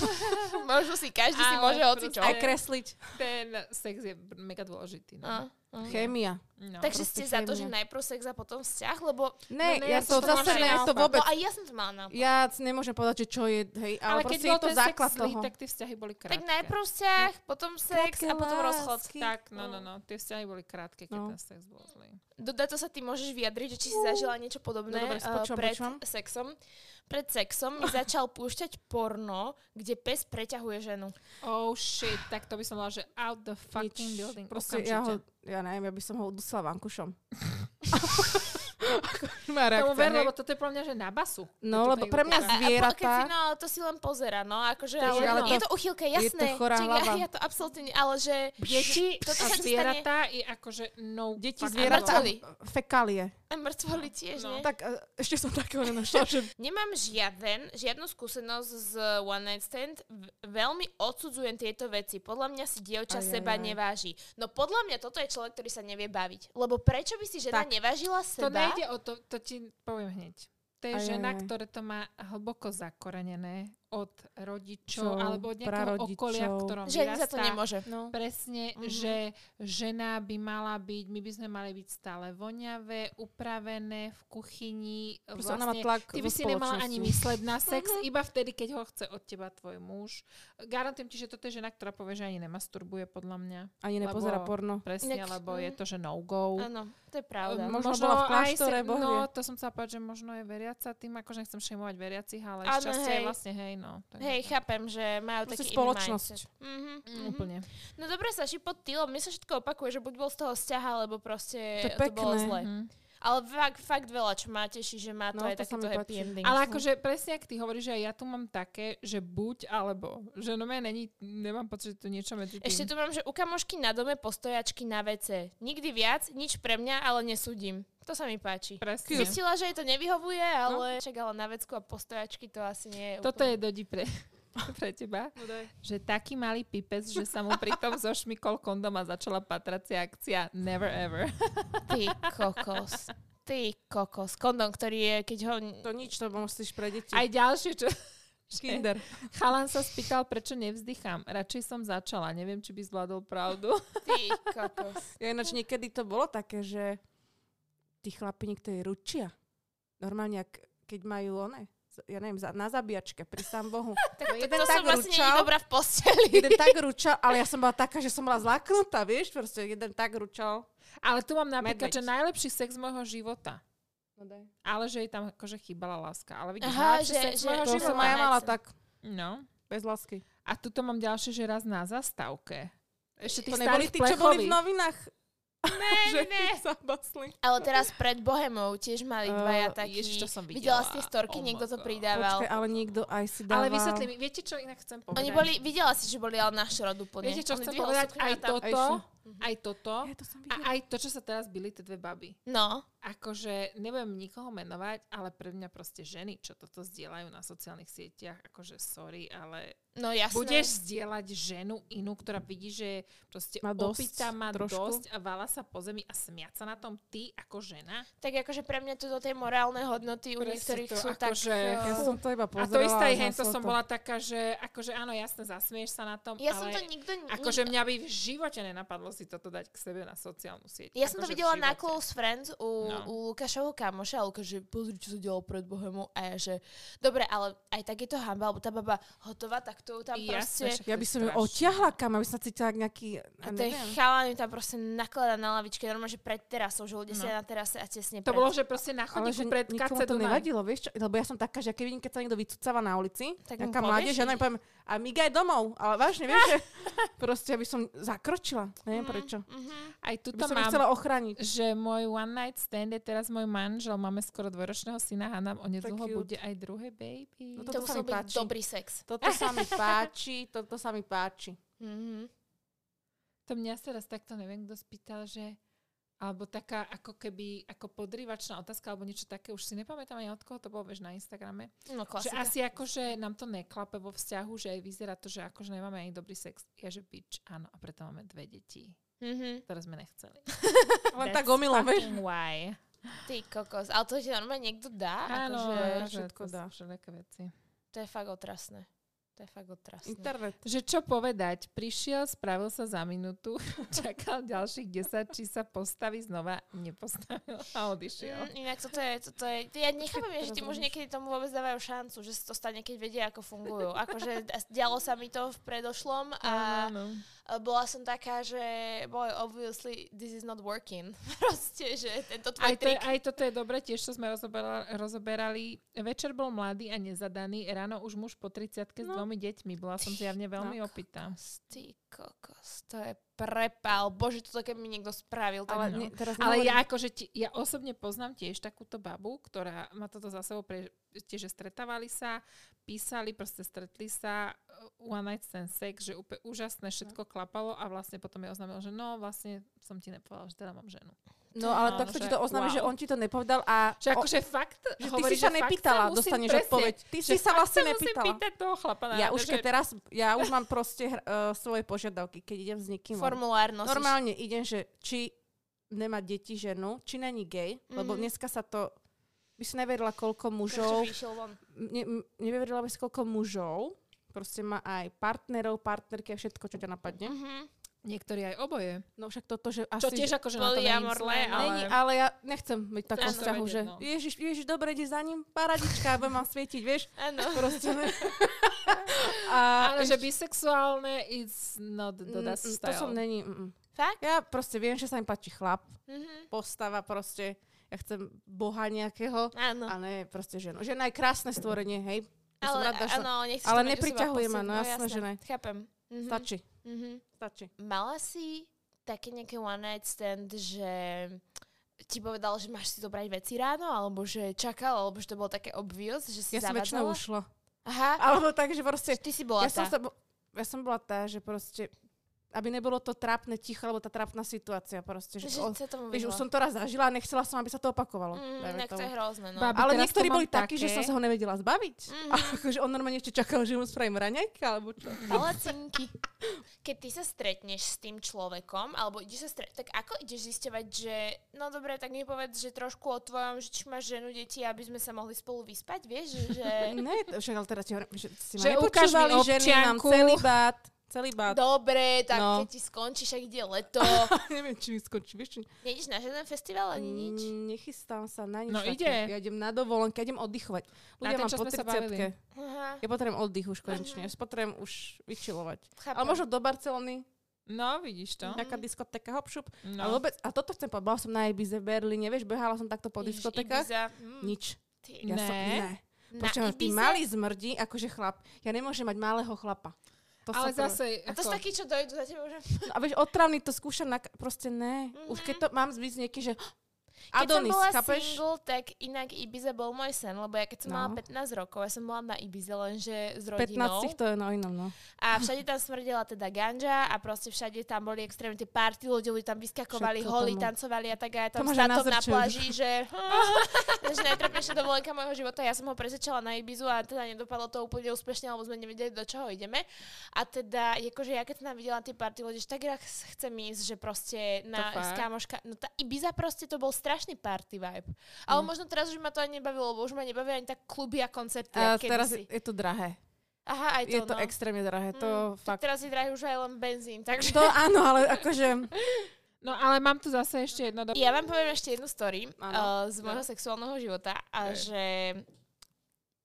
Speaker 1: Môžu si, každý si
Speaker 3: Ale
Speaker 1: môže hoci čo.
Speaker 3: proste-
Speaker 2: Aj kresliť.
Speaker 3: ten sex je mega dôležitý. No.
Speaker 1: A, a.
Speaker 2: Chémia.
Speaker 3: No.
Speaker 1: Takže
Speaker 2: proste
Speaker 1: ste za to, že
Speaker 2: šejmne.
Speaker 1: najprv sex a potom vzťah, lebo...
Speaker 2: Ne,
Speaker 3: No
Speaker 2: no,
Speaker 3: ne,
Speaker 2: ja,
Speaker 3: ja
Speaker 2: to
Speaker 3: som to
Speaker 2: zase
Speaker 3: mala
Speaker 2: ne, ja to
Speaker 3: naopak.
Speaker 2: vôbec...
Speaker 1: No a ja som to mala na...
Speaker 2: Ja c- nemôžem povedať, že čo je, hej, ale,
Speaker 3: ale keď
Speaker 2: proste je
Speaker 3: bol
Speaker 2: to
Speaker 3: ten sex
Speaker 2: základ
Speaker 3: zlý,
Speaker 2: toho.
Speaker 3: tak tie vzťahy boli krátke.
Speaker 1: Tak najprv vzťah, potom sex
Speaker 2: Krátke
Speaker 1: a potom
Speaker 2: lásky.
Speaker 1: rozchod.
Speaker 3: Tak, no, no, no. Tie vzťahy boli krátke, keď
Speaker 2: No.
Speaker 3: ten sex bol zlý.
Speaker 1: Doda to sa ty môžeš vyjadriť, že či si zažila niečo podobné
Speaker 2: No dobre,
Speaker 1: eh,
Speaker 2: počúvam,
Speaker 1: pred
Speaker 2: počúvam.
Speaker 1: sexom. Pred sexom mi začal púšťať porno, kde pes preťahuje ženu.
Speaker 3: Oh shit, tak to by som bola, že out the fucking
Speaker 2: Nič.
Speaker 3: building.
Speaker 2: Proste
Speaker 3: Proste
Speaker 2: ja ho, ja neviem, ja by som ho udusla vankušom. Má
Speaker 3: Tomu
Speaker 2: reakcia,
Speaker 3: ver,
Speaker 2: hej.
Speaker 3: lebo toto je pre mňa, že na basu.
Speaker 2: No,
Speaker 3: Toto
Speaker 2: lebo
Speaker 3: je
Speaker 2: pre mňa
Speaker 3: úplne-
Speaker 1: A- A po- keď
Speaker 2: zvieratá.
Speaker 1: si, no, to si len pozera, no, akože,
Speaker 2: To
Speaker 1: ale,
Speaker 2: je- ale
Speaker 1: je
Speaker 2: to-
Speaker 1: to uchylka,
Speaker 2: to
Speaker 1: jasné.
Speaker 2: chorá
Speaker 1: Čiže
Speaker 2: hlava.
Speaker 1: Ja, ja to absolútne, nie, ale že...
Speaker 3: Deti
Speaker 1: toto sa
Speaker 3: a
Speaker 1: ti stane-
Speaker 3: zvieratá je akože no...
Speaker 2: Deti,
Speaker 3: fuck,
Speaker 2: zvieratá,
Speaker 1: mŕtvoly.
Speaker 2: fekálie.
Speaker 1: A mŕtvoly tiež,
Speaker 3: No.
Speaker 1: nie?
Speaker 2: Tak e, ešte som takého nenašla, že...
Speaker 1: Nemám žiaden, žiadnu skúsenosť z One Night Stand. V- Veľmi odsudzujem tieto veci. Podľa mňa si dievča
Speaker 2: Aj, aj,
Speaker 1: seba
Speaker 2: aj.
Speaker 1: neváži. No podľa mňa toto je človek, ktorý sa nevie baviť. Lebo prečo by si žena
Speaker 2: Tak.
Speaker 1: nevážila
Speaker 3: To
Speaker 1: seba?
Speaker 3: nejde o to, to ti poviem hneď. To je
Speaker 2: Aj, aj,
Speaker 3: žena,
Speaker 2: aj.
Speaker 3: ktorá to má hlboko zakorenené od
Speaker 2: Čo,
Speaker 3: rodičov alebo od nejakého
Speaker 2: prarodičov.
Speaker 3: okolia, v ktorom
Speaker 1: Že za to
Speaker 3: vyrastá.
Speaker 1: nemôže.
Speaker 2: No.
Speaker 3: Presne,
Speaker 1: Mhm.
Speaker 3: že žena by mala byť, my by sme mali byť stále voňavé, upravené v kuchyni.
Speaker 2: Proste ona má tlak
Speaker 3: Vlastne, ty
Speaker 2: zo
Speaker 3: by si nemala
Speaker 2: spoločnosti.
Speaker 3: ani
Speaker 2: Mhm.
Speaker 3: mysleť na sex, iba vtedy, keď ho chce od teba tvoj muž. Garantujem ti, že toto je žena, ktorá povie, že ani nemasturbuje, podľa mňa.
Speaker 2: Ani nepozerá
Speaker 3: Lebo-
Speaker 2: porno.
Speaker 3: Presne,
Speaker 1: Inak-
Speaker 3: lebo je
Speaker 1: mm.
Speaker 3: to, že no-go. Ehm,
Speaker 1: Áno, to je pravda.
Speaker 2: Mhm. Možno bola v
Speaker 3: aj
Speaker 2: kláštore,
Speaker 3: se-
Speaker 2: Boh
Speaker 3: No,
Speaker 2: vie.
Speaker 3: to som sa povedať, že možno je veriaca tým, akože nechcem šemovať veriacich, ale
Speaker 1: Áno,
Speaker 3: šťastie je
Speaker 1: hej.
Speaker 3: vlastne hej, no. to je
Speaker 1: Hej,
Speaker 3: niečo.
Speaker 1: chápem, že majú
Speaker 2: Proste
Speaker 1: taký
Speaker 2: spoločnosť.
Speaker 1: iný mindset.
Speaker 2: Mm-hmm.
Speaker 1: Mhm,
Speaker 3: Mm,
Speaker 1: mhm.
Speaker 3: Úplne.
Speaker 1: No dobre, Saši, pod týlom, mne sa všetko opakuje, že buď bol z toho vzťaha, alebo proste
Speaker 2: To
Speaker 1: to,
Speaker 2: je
Speaker 1: bolo
Speaker 2: pekné.
Speaker 1: zle.
Speaker 3: Mhm.
Speaker 1: Ale fakt, fakt veľa, čo ma teší, že má to
Speaker 2: No,
Speaker 1: aj
Speaker 2: to sa
Speaker 1: takéto
Speaker 2: mi
Speaker 1: happy
Speaker 2: páči.
Speaker 1: ending.
Speaker 3: Ale akože presne, ak ty hovoríš, že aj ja tu mám také, že buď alebo. Že no mňa není, nemám pocit, že tu niečo medzi tým.
Speaker 1: Ešte tu mám, že u kamošky na dome postojačky na WC. Nikdy viac, nič pre mňa, ale nesúdim. To sa mi páči.
Speaker 3: Presne.
Speaker 1: Zistila, že jej to nevyhovuje, ale však ale na vecku a postojačky to asi nie je
Speaker 3: Toto
Speaker 1: úplne.
Speaker 3: je dodi pre, pre teba, že taký malý pipec, že sa mu pritom zošmykol kondom a začala patracia akcia Never Ever.
Speaker 1: Ty kokos. Ty kokos. Kondom, ktorý je, keď ho...
Speaker 2: To nič, to musíš pre deti.
Speaker 3: Aj ďalšie, čo...
Speaker 2: Kinder.
Speaker 3: Chalan sa spýtal, prečo nevzdychám. Radšej som začala, neviem, či by zvládol pravdu.
Speaker 1: Ty kokos.
Speaker 2: Ja ináč niekedy to bolo také, že tí chlapi niektorí ručia. Normálne, ak, keď majú one, z- ja neviem, za, na zabíjačke, pri sám Bohu.
Speaker 1: Tak, to,
Speaker 2: jeden
Speaker 1: to vlastne
Speaker 2: tak
Speaker 1: som asi nie
Speaker 2: ručal.
Speaker 1: dobrá v posteli.
Speaker 2: Jeden tak ručal, ale ja som bola taká, že som bola zláknutá, vieš, proste jeden tak ručal.
Speaker 3: Ale tu mám napríklad,
Speaker 2: Medveď.
Speaker 3: že najlepší sex môjho života.
Speaker 2: No daj.
Speaker 3: Ale že jej tam akože chýbala láska. Ale vidíš,
Speaker 1: Aha,
Speaker 3: najlepší
Speaker 1: že-
Speaker 3: sex
Speaker 1: že-
Speaker 3: môjho
Speaker 2: To
Speaker 1: Života
Speaker 2: som aj ja mala
Speaker 1: nechcem.
Speaker 2: tak,
Speaker 3: No.
Speaker 2: bez lásky.
Speaker 3: A tuto mám ďalšie, že raz na zastávke. Ešte
Speaker 2: To
Speaker 3: tých
Speaker 2: neboli
Speaker 3: starých
Speaker 2: tí, čo boli v novinách,
Speaker 1: Ne,
Speaker 2: že
Speaker 1: ne.
Speaker 2: sa basli.
Speaker 1: Ale teraz pred Bohemou tiež mali
Speaker 2: Eh,
Speaker 1: dvaja taký...
Speaker 3: ježiš, to som
Speaker 1: Videla
Speaker 3: videla.
Speaker 1: ste storky,
Speaker 3: Oh my
Speaker 1: niekto to
Speaker 3: God.
Speaker 1: pridával.
Speaker 2: Počkaj, ale niekto aj si dával.
Speaker 3: Ale vysvetli mi, viete, čo inak chcem povedať?
Speaker 1: Oni boli, videla si, že boli ale na šrod úplne.
Speaker 3: viete, čo
Speaker 1: Oni
Speaker 3: chcem
Speaker 1: dvihol
Speaker 3: povedať?
Speaker 1: sukňu a
Speaker 3: Aj
Speaker 1: tam-
Speaker 3: toto,
Speaker 2: Aj
Speaker 3: Mhm. aj toto,
Speaker 2: Ja, to som
Speaker 3: a
Speaker 2: videla.
Speaker 3: aj to, čo sa teraz byli tie dve baby.
Speaker 1: No.
Speaker 3: Akože, nebudem nikoho menovať, ale pre mňa proste ženy, čo toto zdieľajú na sociálnych sieťach, akože sorry, ale
Speaker 1: No jasné.
Speaker 3: Budeš zdieľať ženu inú, ktorá vidí, že proste
Speaker 2: Má
Speaker 3: má
Speaker 2: dosť,
Speaker 3: dosť, opýta, má
Speaker 2: trošku.
Speaker 3: dosť a vála sa po zemi a smiať sa na tom ty ako žena?
Speaker 1: Tak akože pre mňa to do tej morálne hodnoty u
Speaker 3: Presne
Speaker 1: niektorých
Speaker 3: to,
Speaker 1: sú
Speaker 3: akože-
Speaker 1: tak...
Speaker 2: ja
Speaker 1: eh,
Speaker 2: som to iba
Speaker 3: A
Speaker 2: pozerala.
Speaker 3: to isté aj
Speaker 2: ale
Speaker 3: hento
Speaker 2: som
Speaker 3: som
Speaker 2: to-
Speaker 3: bola taká, že akože áno, jasne, zasmieš sa na tom,
Speaker 1: ja
Speaker 3: ale
Speaker 1: som to nikto... ni-
Speaker 3: akože mňa by v živote nenapadlo si toto dať k sebe na sociálnu sieť.
Speaker 1: Ja som to
Speaker 3: Akože v
Speaker 1: videla na
Speaker 3: živote.
Speaker 1: Close Friends u, no.
Speaker 3: No.
Speaker 1: u Lukášovho kamoša a Lukáš, že pozri, čo sa dialo pred Bohemou a ja, že dobre, ale aj tak je to hamba, lebo tá baba hotová, tak to ju tam
Speaker 3: Jasné,
Speaker 1: proste...
Speaker 3: však to
Speaker 2: Ja
Speaker 3: je
Speaker 2: by som ju
Speaker 3: strašné.
Speaker 2: otiahla kam, aby sa cítila jak nejaký...
Speaker 1: A ten chalán ju tam proste nakladá na lavičke, normálne, že pred terasou, že ľudia
Speaker 3: No.
Speaker 1: no. sedia na terase a tesne pred.
Speaker 3: To bolo, že proste na
Speaker 2: Ale že
Speaker 3: chodníku pred
Speaker 2: nikomu
Speaker 3: KC
Speaker 2: to
Speaker 3: Dunaj.
Speaker 2: nevadilo, vieš čo? Lebo ja som taká, že keď vidím, keď sa niekto vycúcava na ulici,
Speaker 1: Tak mu
Speaker 2: nejaká
Speaker 1: povieš,
Speaker 2: mládež, ja
Speaker 1: že-
Speaker 2: neviem, poviem, a migaj domov. Ale vážne, vieš, že proste by som zakročila. Neviem prečo.
Speaker 1: Mhm.
Speaker 3: Aj
Speaker 2: By
Speaker 3: tuto
Speaker 2: som ju
Speaker 3: mám
Speaker 2: chcela ochrániť.
Speaker 3: že môj one night stand je teraz môj manžel, máme skoro dvojročného syna a nám onedlho
Speaker 2: cute.
Speaker 3: bude aj druhé baby.
Speaker 2: No
Speaker 1: To
Speaker 2: Toto
Speaker 1: musel
Speaker 2: sa mi
Speaker 1: byť
Speaker 2: páči.
Speaker 1: dobrý sex.
Speaker 2: Toto sa mi páči, toto sa mi páči.
Speaker 1: Mhm.
Speaker 3: To mňa sa raz takto neviem, kto spýtal, že alebo taká ako keby ako podrývačná otázka alebo niečo také, už si nepamätám ani od koho to bolo, vieš, na Instagrame.
Speaker 1: No
Speaker 3: Že
Speaker 1: klasika.
Speaker 3: asi ako, že nám to neklape vo vzťahu, že aj vyzerá to, že akože nemáme ani dobrý sex. Ja, že bič, áno, a preto máme dve deti.
Speaker 1: Mhm.
Speaker 3: Teraz sme nechceli.
Speaker 2: Len tak omylom, vieš.
Speaker 3: Fucking Why?
Speaker 1: Ty kokos, ale to ti normálne niekto dá?
Speaker 3: Áno,
Speaker 1: akože,
Speaker 3: že
Speaker 2: všetko
Speaker 3: to sú
Speaker 2: dá.
Speaker 3: Všelijaké veci.
Speaker 1: to je fakt otrasné. To je fakt otrasné.
Speaker 2: Internet.
Speaker 3: Že čo povedať? Prišiel, spravil sa za minútu, čakal ďalších 10, či sa postaví znova, nepostavil a odišiel.
Speaker 1: Mm, inak toto je, toto je, ja nechápem, že tým už
Speaker 2: Rozumieš?
Speaker 1: niekedy tomu vôbec dávajú šancu, že sa to stane, keď vedia, ako fungujú. Akože d- dialo sa mi to v predošlom a
Speaker 3: Áno.
Speaker 1: e, bola som taká, že boy, obviously this is not working. Proste, že tento tvoj
Speaker 3: Aj, to, je-
Speaker 1: trik.
Speaker 3: aj toto je dobre, tiež čo sme rozoberali, rozoberali. Večer bol mladý a nezadaný, ráno už muž po 30 s
Speaker 2: No.
Speaker 3: dvomi deťmi. Bola som zjavne veľmi
Speaker 2: No.
Speaker 3: opitá.
Speaker 1: Ty kokos, to je prepal. Bože, toto keby mi niekto spravil, tak
Speaker 2: Ale
Speaker 1: no.
Speaker 2: ne, teraz
Speaker 3: Ale
Speaker 2: nehovorím-
Speaker 3: ja akože, ti, ja osobne poznám tiež takúto babu, ktorá má toto za sebou, pre, tiež, že stretávali sa, písali, proste stretli sa, uh, one night stand sex, že úplne úžasné, všetko klapalo a vlastne potom je oznámil, že no, vlastne som ti nepovedal, že teda mám ženu.
Speaker 2: No ale
Speaker 3: Áno,
Speaker 2: takto ti
Speaker 3: že
Speaker 2: to oznámi,
Speaker 3: wow.
Speaker 2: že on ti to nepovedal a...
Speaker 3: Že akože fakt,
Speaker 2: že ty
Speaker 3: hovorí,
Speaker 2: si sa
Speaker 3: fakt
Speaker 2: nepýtala,
Speaker 3: musím-
Speaker 2: dostaneš
Speaker 3: presne,
Speaker 2: odpoveď. Ty
Speaker 3: že
Speaker 2: si sa
Speaker 3: fakt
Speaker 2: vlastne
Speaker 3: musím
Speaker 2: nepýtala.
Speaker 3: pýtať toho chlapa.
Speaker 2: Ja
Speaker 3: na-
Speaker 2: už keď teraz, ja už mám proste hr- eh, svoje požiadavky, keď idem s niekým. von.
Speaker 1: Formulár nosíš.
Speaker 2: Normálne idem, že či nemá deti ženu, či není gay, mm-hmm.
Speaker 1: Mhm.
Speaker 2: lebo dneska sa to, by si neverila, koľko
Speaker 1: Čo
Speaker 2: mužov,
Speaker 1: vyšiel von.
Speaker 2: ne, m- neverila by si, koľko mužov, proste má aj partnerov, partnerky a všetko, čo ťa napadne.
Speaker 1: Mhm.
Speaker 3: Niektorí aj oboje.
Speaker 2: No však toto, že asi...
Speaker 3: Čo tiež
Speaker 2: že,
Speaker 3: akože na to nie je nič
Speaker 1: polyamorné,
Speaker 3: zlé,
Speaker 1: ale-
Speaker 2: Není, ale ja nechcem byť v takom
Speaker 1: Áno.
Speaker 2: vzťahu, že
Speaker 3: No.
Speaker 2: ježiš, ježiš, dobre, ide za ním, paradička, budem vám svietiť, vieš.
Speaker 1: Áno.
Speaker 2: Proste ne. A
Speaker 3: Ale že bisexuálne, it's not the
Speaker 2: Mm, mm,
Speaker 3: that's
Speaker 2: to som
Speaker 3: style.
Speaker 2: není. mm, mm.
Speaker 1: Fakt?
Speaker 2: Ja proste viem, že sa mi páči chlap,
Speaker 1: Mhm.
Speaker 2: postava proste, ja chcem boha nejakého,
Speaker 1: Áno.
Speaker 2: a ne proste ženu. Žena je krásne stvorenie, hej. Ja som
Speaker 1: Ale,
Speaker 2: rada, že
Speaker 1: áno, nechceš to mať
Speaker 2: ale
Speaker 1: u seba
Speaker 2: nepriťahuje ma,
Speaker 1: posed-
Speaker 2: no jasné, že ne.
Speaker 1: Chápem. Mhm.
Speaker 2: stačí,
Speaker 1: Mhm.
Speaker 2: stačí.
Speaker 1: Mala si také nejaké one night stand, že ti povedal, že máš si zobrať veci ráno, alebo že čakal, alebo že to bolo také obvious, že si
Speaker 2: Ja som väčšinou
Speaker 1: zavádzala?
Speaker 2: ušla.
Speaker 1: Aha,
Speaker 2: Alebo tak, že proste,
Speaker 1: ty si bola
Speaker 2: ja som,
Speaker 1: tá.
Speaker 2: sa, bo- ja som bola tá, že proste, aby nebolo to trápne ticho, alebo tá trápna situácia proste,
Speaker 1: Že
Speaker 2: že, o,
Speaker 1: sa tomu
Speaker 2: vieš, už
Speaker 1: vyhla.
Speaker 2: som to raz zažila a nechcela som, aby sa to opakovalo.
Speaker 1: Mm,
Speaker 2: dajme
Speaker 1: inak to
Speaker 2: tomu.
Speaker 1: je hrozné, no.
Speaker 3: Babi,
Speaker 2: ale
Speaker 3: teraz
Speaker 2: niektorí
Speaker 3: tu mám
Speaker 2: boli takí, že
Speaker 3: také-
Speaker 2: som sa ho nevedela zbaviť.
Speaker 1: Mhm.
Speaker 2: A akože on normálne ešte čakal, že mu spravím raňajky, alebo čo.
Speaker 1: Palacinky. Keď ty sa stretneš s tým človekom, alebo ideš sa stre- tak ako ideš zisťovať, že no dobre, tak mi povedz, že trošku o tvojom, že či máš ženu, deti, aby sme sa mohli spolu vyspať, vieš, že...
Speaker 2: Ne, to- však ale teraz ti hovorím, že si ma
Speaker 3: Že ukáž mi
Speaker 2: nepočúvali, ženy, mám
Speaker 3: občianku.
Speaker 2: celibát, celibát.
Speaker 1: Dobre, tak
Speaker 2: No.
Speaker 1: keď ti skončí, však ide leto.
Speaker 2: Neviem, či mi skončí, vieš čo?
Speaker 1: Nejdeš na žiaden festival ani nič?
Speaker 2: Mm, Nechystám sa na nič.
Speaker 3: No
Speaker 2: také.
Speaker 3: ide.
Speaker 2: Ja idem na dovolenke, ja idem oddychovať.
Speaker 3: Na
Speaker 2: Ľudia
Speaker 3: to,
Speaker 2: mám
Speaker 3: čo
Speaker 2: po
Speaker 3: sme sa
Speaker 2: 30
Speaker 3: bavili.
Speaker 1: Aha,
Speaker 2: Ja potrebujem oddych už konečne. Ja si potrebujem už vyčilovať.
Speaker 1: chápem. Mhm.
Speaker 2: Ale možno do Barcelony,
Speaker 3: No, vidíš to.
Speaker 2: taká diskotéka, hop, šup.
Speaker 3: No.
Speaker 2: Ale vôbec, a toto chcem povedať, bola som na Ibize v Berlíne, vieš, behala som takto po
Speaker 1: Ježiš,
Speaker 2: diskotékach.
Speaker 1: Ibiza. Hm,
Speaker 2: Nič.
Speaker 1: ty.
Speaker 2: Ja som,
Speaker 3: Ne?
Speaker 2: ne.
Speaker 1: Na
Speaker 2: Počujem, ty
Speaker 1: Ibize?
Speaker 2: malý zmrdí, akože chlap. Ja nemôžem mať malého chlapa. To
Speaker 3: ale
Speaker 2: sa prvé.
Speaker 3: zase...
Speaker 1: A to sú
Speaker 3: ako-
Speaker 1: takí, čo dojdú za tebou, že...
Speaker 2: No a vieš, otravný to skúšam, na, proste ne. Mm-hmm. Už keď to mám zbyť nieký, že
Speaker 1: Mhm. Keď
Speaker 2: Adonis,
Speaker 1: som bola
Speaker 2: chápeš?
Speaker 1: single, tak inak Ibiza bol môj sen, lebo ja keď som
Speaker 2: No.
Speaker 1: mala 15 rokov, ja som bola na Ibize lenže s rodinou.
Speaker 2: 15 to je na inom, no.
Speaker 1: A všade tam smrdela teda ganža a proste všade tam boli extrémne tie party, ľudia ľudia tam vyskakovali,
Speaker 2: Všetko
Speaker 1: holi,
Speaker 2: tomu.
Speaker 1: tancovali a tak a ja tam
Speaker 2: To máš aj na
Speaker 1: státom na
Speaker 2: zrče už.
Speaker 1: pláži, že "Hm." takže najtrapnejšia dovolenka môjho života. Ja som ho presvedčala na Ibizu a teda nedopadlo to úplne úspešne, lebo sme nevedeli, do čoho ideme. A teda, akože ja keď som tam videla tie party ľudí, že tak raz chcem ísť, že proste na
Speaker 3: To fakt?
Speaker 1: s kamoška, no tá Ibiza proste to bol strašný party vibe. Ale
Speaker 2: Mm.
Speaker 1: možno teraz už ma to ani nebavilo, lebo už ma nebavia ani tak kluby a koncerty.
Speaker 2: A
Speaker 1: A
Speaker 2: teraz je, je to drahé.
Speaker 1: Aha, aj to,
Speaker 2: Je to
Speaker 1: no.
Speaker 2: extrémne drahé, to
Speaker 1: Mm,
Speaker 2: fakt.
Speaker 1: Teraz je drahý už aj len benzín, takže...
Speaker 2: To áno, ale akože...
Speaker 3: No ale mám tu zase ešte jedno... Do...
Speaker 1: Ja vám poviem ešte jednu story uh,
Speaker 2: Áno.
Speaker 1: z môjho sexuálneho života a
Speaker 3: Hej.
Speaker 1: že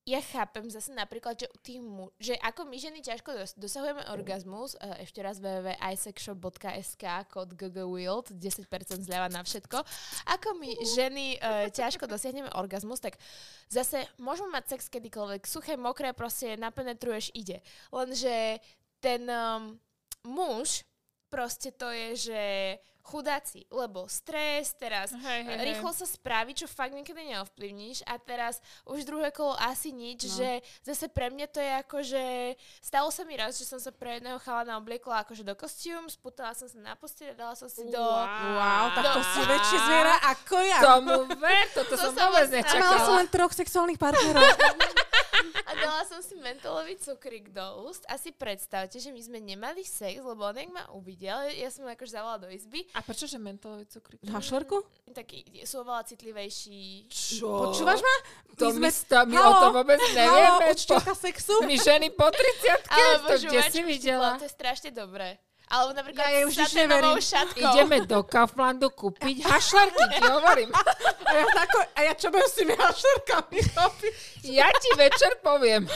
Speaker 1: ja chápem zase napríklad, že, u tých mu- že ako my ženy ťažko dos- dosahujeme orgazmus, uh, ešte raz www.isexshop.sk kód ggwild, 10% zľava na všetko. Ako my ženy uh, ťažko dosiahneme orgazmus, tak zase môžeme mať sex kedykoľvek, suché, mokré, proste napenetruješ, ide. Lenže ten um, muž, proste to je, že chudáci, lebo stres, teraz
Speaker 3: Hej, hej, hej.
Speaker 1: rýchlo sa spraví, čo fakt niekedy neovplyvníš a teraz už druhé kolo asi nič,
Speaker 2: No.
Speaker 1: že zase pre mňa to je ako, že stalo sa mi raz, že som sa pre jedného chalana obliekla akože do kostium, sputala som sa na posteli a dala som si do...
Speaker 2: Wow, tak to
Speaker 1: No.
Speaker 2: si väčšie zviera ako ja.
Speaker 3: Tomu ver, toto
Speaker 1: To
Speaker 3: som
Speaker 1: som ostala.
Speaker 2: Mala
Speaker 3: vôbec
Speaker 2: som
Speaker 3: nečakala.
Speaker 2: len troch sexuálnych partnerov.
Speaker 1: A dala som si mentolový cukrik do úst a si predstavte, že my sme nemali sex, lebo on jak ma uvidel, ja som ho akože zavolala do izby,
Speaker 3: A prečo, že mentolový cukrik?
Speaker 2: Hašlerku?
Speaker 1: taký sú oveľa citlivejší.
Speaker 3: Čo?
Speaker 2: Počúvaš ma?
Speaker 3: To my,
Speaker 2: my sme...
Speaker 3: sme... my o
Speaker 2: Haló?
Speaker 3: tom vôbec
Speaker 2: Halo,
Speaker 3: nevieme. po-
Speaker 2: učiteľka sexu?
Speaker 3: My ženy po 30 to kde
Speaker 1: žuvačky,
Speaker 3: si videla?
Speaker 1: To je strašne dobré. Alebo napríklad
Speaker 2: Ja jej
Speaker 1: s
Speaker 2: už nič
Speaker 1: saténovou
Speaker 2: neverím.
Speaker 1: šatkou.
Speaker 3: Ideme do Kauflandu kúpiť hašlarky, ti hovorím.
Speaker 2: A ja, tako, a ja čo budem s tými hašlerkami robiť?
Speaker 3: Ja ti večer poviem.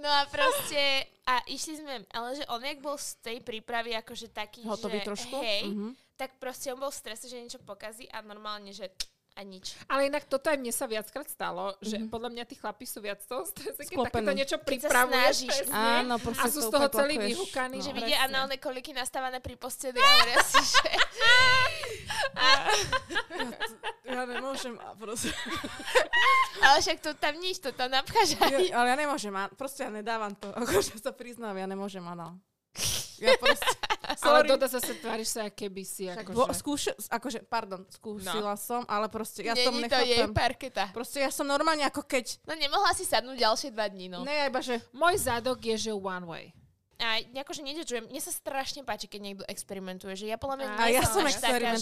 Speaker 1: No a proste, a išli sme, ale že on jak bol z tej prípravy akože taký,
Speaker 2: Hotový
Speaker 1: že
Speaker 2: trošku?
Speaker 1: hej,
Speaker 2: Mhm.
Speaker 1: tak proste on bol v strese, že niečo pokazí a normálne, že a nič.
Speaker 3: Ale inak toto aj mne sa viackrát stalo, že podľa mňa tí chlapi sú viac toho strese, keď
Speaker 2: Sklopení.
Speaker 3: takéto niečo
Speaker 1: Keď sa
Speaker 3: pripravuješ.
Speaker 1: snažíš.
Speaker 3: presne.
Speaker 2: Áno, proste
Speaker 3: Mhm. a
Speaker 2: to
Speaker 3: sú z toho
Speaker 2: úplne
Speaker 3: celí
Speaker 2: blokuješ.
Speaker 3: vyhúkaní.
Speaker 2: No.
Speaker 1: Že
Speaker 3: že
Speaker 1: vidie
Speaker 3: presne.
Speaker 1: análne koliky nastavené pri posteli a hovoria si, že...
Speaker 2: Ja nemôžem, a proste,
Speaker 1: Ale však to tam nič, to tam napcháš
Speaker 2: ja,
Speaker 1: aj.
Speaker 2: ale ja nemôžem, a- proste ja nedávam to, akože sa priznám, ja nemôžem, áno. Ja proste,
Speaker 3: Ale
Speaker 2: sorry.
Speaker 3: doda zase tváriš sa, keby si
Speaker 2: Tak
Speaker 3: akože...
Speaker 2: bo, skúš, akože, pardon, skúsila som, ale proste ja som
Speaker 1: No. Není to jej
Speaker 2: nechápem.
Speaker 1: parketa.
Speaker 2: Proste ja som normálne ako keď,
Speaker 1: No nemohla si sadnúť ďalšie dva dní, no.
Speaker 2: ne ja iba, že
Speaker 3: Môj zadok je, že one way.
Speaker 1: A akože nedečujem, mne sa strašne páči, keď niekto experimentuje, že ja podľa mňa
Speaker 3: A
Speaker 1: nie
Speaker 3: ja som
Speaker 1: až taká, že,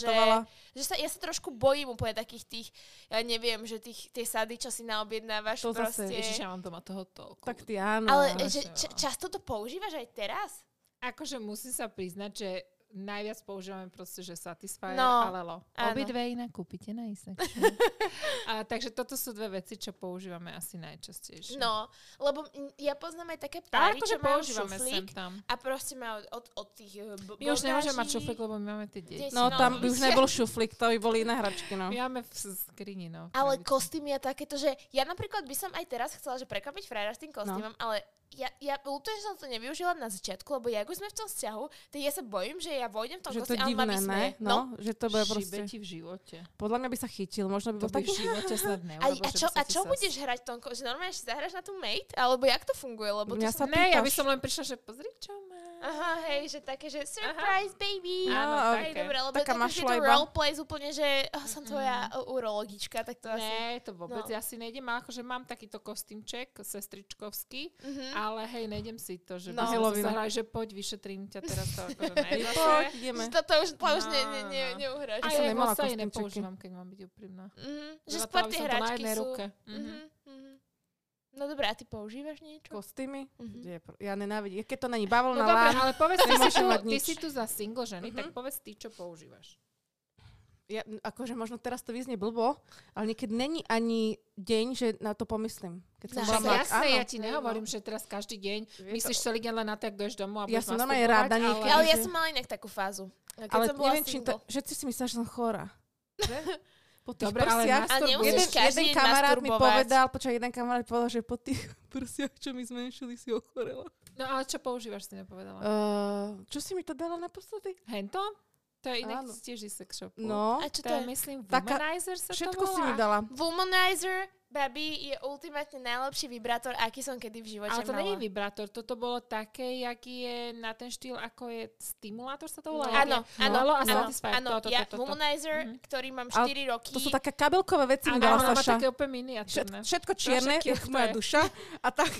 Speaker 2: experimentovala.
Speaker 1: že sa, ja sa trošku bojím úplne takých tých, ja neviem, že tých, tie sady, čo si naobjednávaš
Speaker 2: To zase,
Speaker 1: proste.
Speaker 3: Ježiš, ja mám doma toho toľko.
Speaker 2: tak ty áno.
Speaker 1: Ale
Speaker 2: Ale,
Speaker 1: že,
Speaker 3: áno.
Speaker 1: ča, často to používaš aj teraz?
Speaker 3: Akože musím sa priznať, že najviac používame proste, že Satisfyer
Speaker 1: No,
Speaker 3: no, a Lelo.
Speaker 1: áno.
Speaker 3: Obidve inak kúpite na Isex. a, takže toto sú dve veci, čo používame asi najčastejšie.
Speaker 1: No, lebo m- ja poznám aj také
Speaker 3: ale
Speaker 1: páry,
Speaker 3: akože
Speaker 1: čo majú
Speaker 3: používame sem
Speaker 1: šuflík
Speaker 3: tam.
Speaker 1: a proste majú od, od tých eh, b-
Speaker 3: My už nemôžeme mať
Speaker 1: boltáží.
Speaker 3: šuflík, lebo my máme tie deti.
Speaker 1: Deti.
Speaker 2: no,
Speaker 1: no,
Speaker 2: tam by už
Speaker 1: proste.
Speaker 2: nebol šuflik, to by boli iné hračky, no.
Speaker 3: My máme v s- skrini, no.
Speaker 1: Ale
Speaker 3: krabici.
Speaker 1: kostýmy a takéto, že ja napríklad by som aj teraz chcela, že prekvapiť frajera s tým kostýmom, ale ja, ja ľutujem, že som to nevyužila na začiatku, lebo ja, ako sme v tom vzťahu, tak ja sa bojím, že ja vojdem v tom
Speaker 2: Že to
Speaker 1: kostýme a on ma
Speaker 2: divné, ne?
Speaker 1: vysmeje.
Speaker 2: No, že to bude
Speaker 3: Šibe
Speaker 2: proste,
Speaker 3: ti v živote.
Speaker 2: podľa mňa by sa chytil, možno by bol
Speaker 3: To by v
Speaker 2: taký,
Speaker 3: živote snad
Speaker 1: A, No
Speaker 3: neurobil,
Speaker 1: a
Speaker 3: že by
Speaker 1: čo,
Speaker 3: sa
Speaker 1: a
Speaker 3: ti
Speaker 1: čo
Speaker 3: sas-
Speaker 1: budeš hrať, Tonko? Že normálne si zahraš na tú mate? Alebo jak to funguje? Lebo to
Speaker 2: Mňa
Speaker 1: sú...
Speaker 2: sa
Speaker 3: Ne, No ja by
Speaker 2: pýtaš.
Speaker 3: som len prišla, že pozri, čo má.
Speaker 1: Aha, hej, že také, že surprise baby.
Speaker 3: Áno,
Speaker 2: No,
Speaker 1: Aj,
Speaker 3: také.
Speaker 1: dobre, lebo
Speaker 2: Taká
Speaker 1: taká je
Speaker 2: mašla
Speaker 1: to
Speaker 2: iba.
Speaker 1: roleplays úplne, že oh, som tvoja mm. urologička, tak to asi...
Speaker 3: Ne, to
Speaker 1: No.
Speaker 3: vôbec, ja si nejdem, ale akože mám takýto kostýmček sestričkovský,
Speaker 1: Mhm.
Speaker 3: ale hej, nejdem si to, že
Speaker 2: No.
Speaker 3: no. by som
Speaker 2: Helovinu.
Speaker 3: sa hrala, že poď, vyšetrím ťa teraz to akože
Speaker 2: poď,
Speaker 3: nejde.
Speaker 2: ideme.
Speaker 1: Že toto už, to už ne, ne, ne,
Speaker 3: No, no.
Speaker 1: neuhráš.
Speaker 3: A
Speaker 2: som
Speaker 3: ja
Speaker 2: nemala
Speaker 3: sa aj
Speaker 2: kostýmčeky.
Speaker 3: nepoužívam, keď mám byť úprimná.
Speaker 1: Mhm, že
Speaker 3: Zlatala
Speaker 1: skôr
Speaker 3: by
Speaker 1: tie
Speaker 3: som to na
Speaker 1: hračky
Speaker 3: jednej
Speaker 1: sú...
Speaker 3: ruke. Mhm.
Speaker 1: Mhm, mhm. No dobré, a ty používaš niečo?
Speaker 2: Kostýmy?
Speaker 1: Mhm.
Speaker 2: Kde je pro- Ja nenávidím. Keď to není
Speaker 3: No
Speaker 2: bavlna,
Speaker 3: dobre,
Speaker 2: lán,
Speaker 3: ale povedz, ty si,
Speaker 2: nemôžem
Speaker 3: tu,
Speaker 2: mať
Speaker 3: ty
Speaker 2: nič.
Speaker 3: si tu za single ženy,
Speaker 1: Mhm.
Speaker 3: tak povedz ty, čo používaš.
Speaker 2: ja, akože možno teraz to vyznie blbo, ale niekedy není ani deň, že na to pomyslím. Keď som
Speaker 1: No,
Speaker 2: bola
Speaker 1: však
Speaker 2: mladá.
Speaker 3: jasné, ja
Speaker 2: Áno.
Speaker 3: ti nehovorím, že teraz každý deň
Speaker 2: Je
Speaker 3: myslíš celý deň len na to, ak dojdeš domov a
Speaker 2: Ja
Speaker 3: budeš
Speaker 2: som normálne
Speaker 3: masturbovať,
Speaker 2: rada
Speaker 3: ale-
Speaker 2: niekedy.
Speaker 1: Ja, ale ja
Speaker 2: že-
Speaker 1: som mala inak takú fázu. Keď
Speaker 2: ale
Speaker 1: som bola
Speaker 2: neviem, či to,
Speaker 1: single.
Speaker 2: všetci si myslia, že som chorá. Po tých
Speaker 3: Dobre, ale
Speaker 2: prsiach.
Speaker 1: A nemusíš
Speaker 2: jeden,
Speaker 1: každý
Speaker 2: jeden
Speaker 1: deň
Speaker 2: kamarát mi
Speaker 1: masturbovať.
Speaker 2: povedal, počkaj, jeden kamarát povedal, že po tých prsiach, čo mi zmenšili, si ochorela.
Speaker 3: No ale čo používaš, si nepovedala.
Speaker 2: Uh, čo si mi to dala naposledy?
Speaker 3: Hento? To je inak
Speaker 2: Áno.
Speaker 3: tiež z sex shopu.
Speaker 2: No,
Speaker 1: A čo
Speaker 3: to
Speaker 1: to
Speaker 3: je,
Speaker 1: je?
Speaker 3: myslím,
Speaker 2: Taká-
Speaker 3: womanizer sa
Speaker 2: všetko
Speaker 3: to volá.
Speaker 2: si mi dala.
Speaker 1: Womanizer, baby, je ultimátne najlepší vibrátor, aký som kedy v živote
Speaker 3: Ale to
Speaker 1: mala.
Speaker 3: nie je vibrátor, toto bolo také, jak je na ten štýl, ako je stimulátor sa to volá?
Speaker 2: No.
Speaker 3: Jak je-
Speaker 1: Áno, áno,
Speaker 3: Lelo a
Speaker 1: áno,
Speaker 3: Satisfyer,
Speaker 1: áno,
Speaker 3: toto,
Speaker 1: ja
Speaker 3: toto, toto.
Speaker 1: Womanizer,
Speaker 3: Mhm.
Speaker 1: ktorý mám
Speaker 2: Ale
Speaker 1: 4 roky.
Speaker 2: To sú také kabelkové veci, mi
Speaker 3: Áno,
Speaker 2: dala
Speaker 3: ona má také
Speaker 2: Saša.
Speaker 3: úplne
Speaker 2: Všet,
Speaker 3: miniatúrne.
Speaker 2: všetko čierne,
Speaker 3: Strašne
Speaker 2: jak
Speaker 3: cute to
Speaker 2: moja
Speaker 3: je.
Speaker 2: duša. A tak,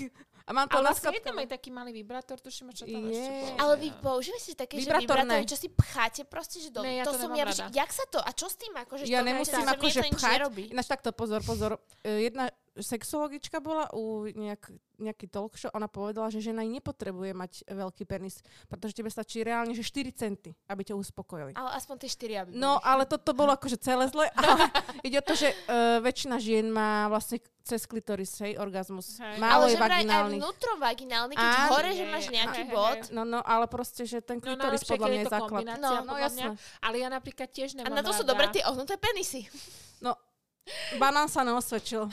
Speaker 2: a mám to
Speaker 3: Ale vlastne je tam
Speaker 2: naskapkané.
Speaker 3: aj taký malý vibrátor, tuším, čo tam
Speaker 2: Je.
Speaker 3: ešte bolo.
Speaker 1: ale vy používate si také, že
Speaker 2: Vibrátorné.
Speaker 1: vibrátory, čo si pcháte proste, že do...
Speaker 3: Ne, ja
Speaker 1: to,
Speaker 3: to
Speaker 1: som
Speaker 3: nemám
Speaker 1: ja, že,
Speaker 3: rada.
Speaker 1: jak sa to? A čo s tým? Akože
Speaker 2: Ja
Speaker 1: to-
Speaker 2: nemusím
Speaker 1: že mne
Speaker 2: akože
Speaker 1: to nič
Speaker 2: pchať.
Speaker 1: nerobí.
Speaker 2: Ináč takto, pozor, pozor. E, Jedna sexologička bola u nejak, nejaký talk show, ona povedala, že žena nepotrebuje mať veľký penis, pretože tebe stačí reálne, že 4 centy, aby ťa uspokojili.
Speaker 1: Ale aspoň tie 4, aby
Speaker 2: No, ale toto bolo akože celé zle, ale ide o to, že uh, väčšina žien má vlastne cez klitoris, hej, orgazmus.
Speaker 3: Hej.
Speaker 2: Málo
Speaker 1: ale
Speaker 2: je
Speaker 1: že vraj aj
Speaker 2: vaginálnych.
Speaker 1: vnútrovaginálny, keď
Speaker 2: Áno.
Speaker 1: hore, že
Speaker 3: Nie,
Speaker 1: máš
Speaker 3: nie,
Speaker 1: nejaký
Speaker 3: hej, hej,
Speaker 1: bod.
Speaker 3: hej.
Speaker 2: No, no, ale proste, že ten
Speaker 3: No
Speaker 2: klitoris podľa mňa je
Speaker 3: je to
Speaker 2: základ.
Speaker 1: No,
Speaker 3: kombinácia,
Speaker 2: no,
Speaker 3: podľa mňa.
Speaker 2: jasné.
Speaker 3: Ale ja napríklad tiež
Speaker 1: A na
Speaker 3: nemám
Speaker 1: to sú
Speaker 3: rada-
Speaker 1: dobré tie ohnuté penisy.
Speaker 2: No, banán sa neosvedčil.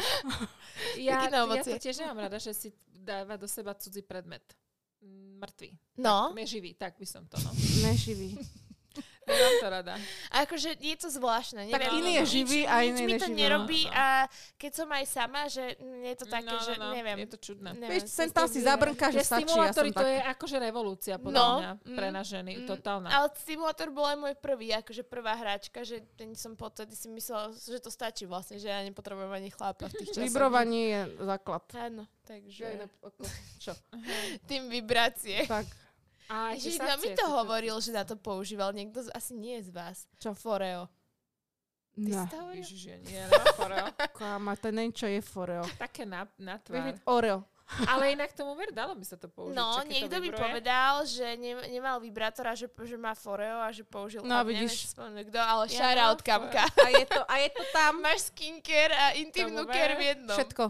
Speaker 3: Ja,
Speaker 1: Pekné
Speaker 3: ja
Speaker 1: ovocie.
Speaker 3: to tiež nemám rada, že si dáva do seba cudzí predmet. Mm, Mŕtvy.
Speaker 1: No,
Speaker 3: Neživý, tak by som to, no.
Speaker 2: Neživý.
Speaker 3: Nemám to rada.
Speaker 1: A akože je to zvláštne.
Speaker 2: Tak
Speaker 1: neviem,
Speaker 3: iný
Speaker 1: no,
Speaker 3: je
Speaker 1: nič-
Speaker 2: živý a
Speaker 1: nič
Speaker 2: iný
Speaker 1: mi to
Speaker 2: je neživý, no. no,
Speaker 1: nerobí
Speaker 3: No.
Speaker 1: a keď som aj sama, že je to také, že neviem.
Speaker 3: Je to čudné.
Speaker 1: neviem,
Speaker 2: Vieš,
Speaker 1: som
Speaker 2: sem
Speaker 1: s
Speaker 2: tam
Speaker 1: tým
Speaker 2: si
Speaker 1: živá.
Speaker 2: zabrnka, že
Speaker 3: Že
Speaker 2: stačí, ja som
Speaker 3: stimulátory, to je
Speaker 2: tak.
Speaker 3: akože revolúcia podľa
Speaker 1: No,
Speaker 3: mňa
Speaker 1: mm,
Speaker 3: pre nás ženy,
Speaker 1: mm.
Speaker 3: totálna.
Speaker 1: Ale simulátor bol aj môj prvý, akože prvá hračka, že ten som potedy si myslela, že to stačí vlastne, že ja nepotrebujem ani chlapa v tých časoch.
Speaker 2: Vibrovanie je základ.
Speaker 1: Áno,
Speaker 2: Že aj
Speaker 1: takže
Speaker 2: na- ako- Čo?
Speaker 1: tým vibrácie.
Speaker 2: Tak.
Speaker 3: A aj tie
Speaker 1: Ježiš, kto mi
Speaker 3: sacie,
Speaker 1: to hovoril, že na to používal? Niekto z, asi nie z vás.
Speaker 2: Čo?
Speaker 1: Foreo. Ty
Speaker 2: No,
Speaker 1: si to hovoril?
Speaker 3: Ježiš, ja nie, no, foreo.
Speaker 2: káma, to neviem, čo je foreo.
Speaker 3: Také na, na
Speaker 2: Vieš
Speaker 3: tvár.
Speaker 2: mi- Oreo.
Speaker 3: Ale inak tomu ver, dalo by sa to použiť. čo,
Speaker 1: No,
Speaker 3: keď to
Speaker 1: niekto mi
Speaker 3: vibruje?
Speaker 1: povedal, že ne, nemal vibrátor a že, že má Foreo a že použil...
Speaker 2: No,
Speaker 1: a neviem,
Speaker 2: vidíš.
Speaker 1: si spomenul kto, ale shout
Speaker 3: Ja mám
Speaker 1: out, kamka.
Speaker 2: A je to, a je to tam.
Speaker 1: Máš skincare a intimnú
Speaker 3: Tomu
Speaker 1: care
Speaker 3: ver.
Speaker 1: v jednom.
Speaker 2: Všetko.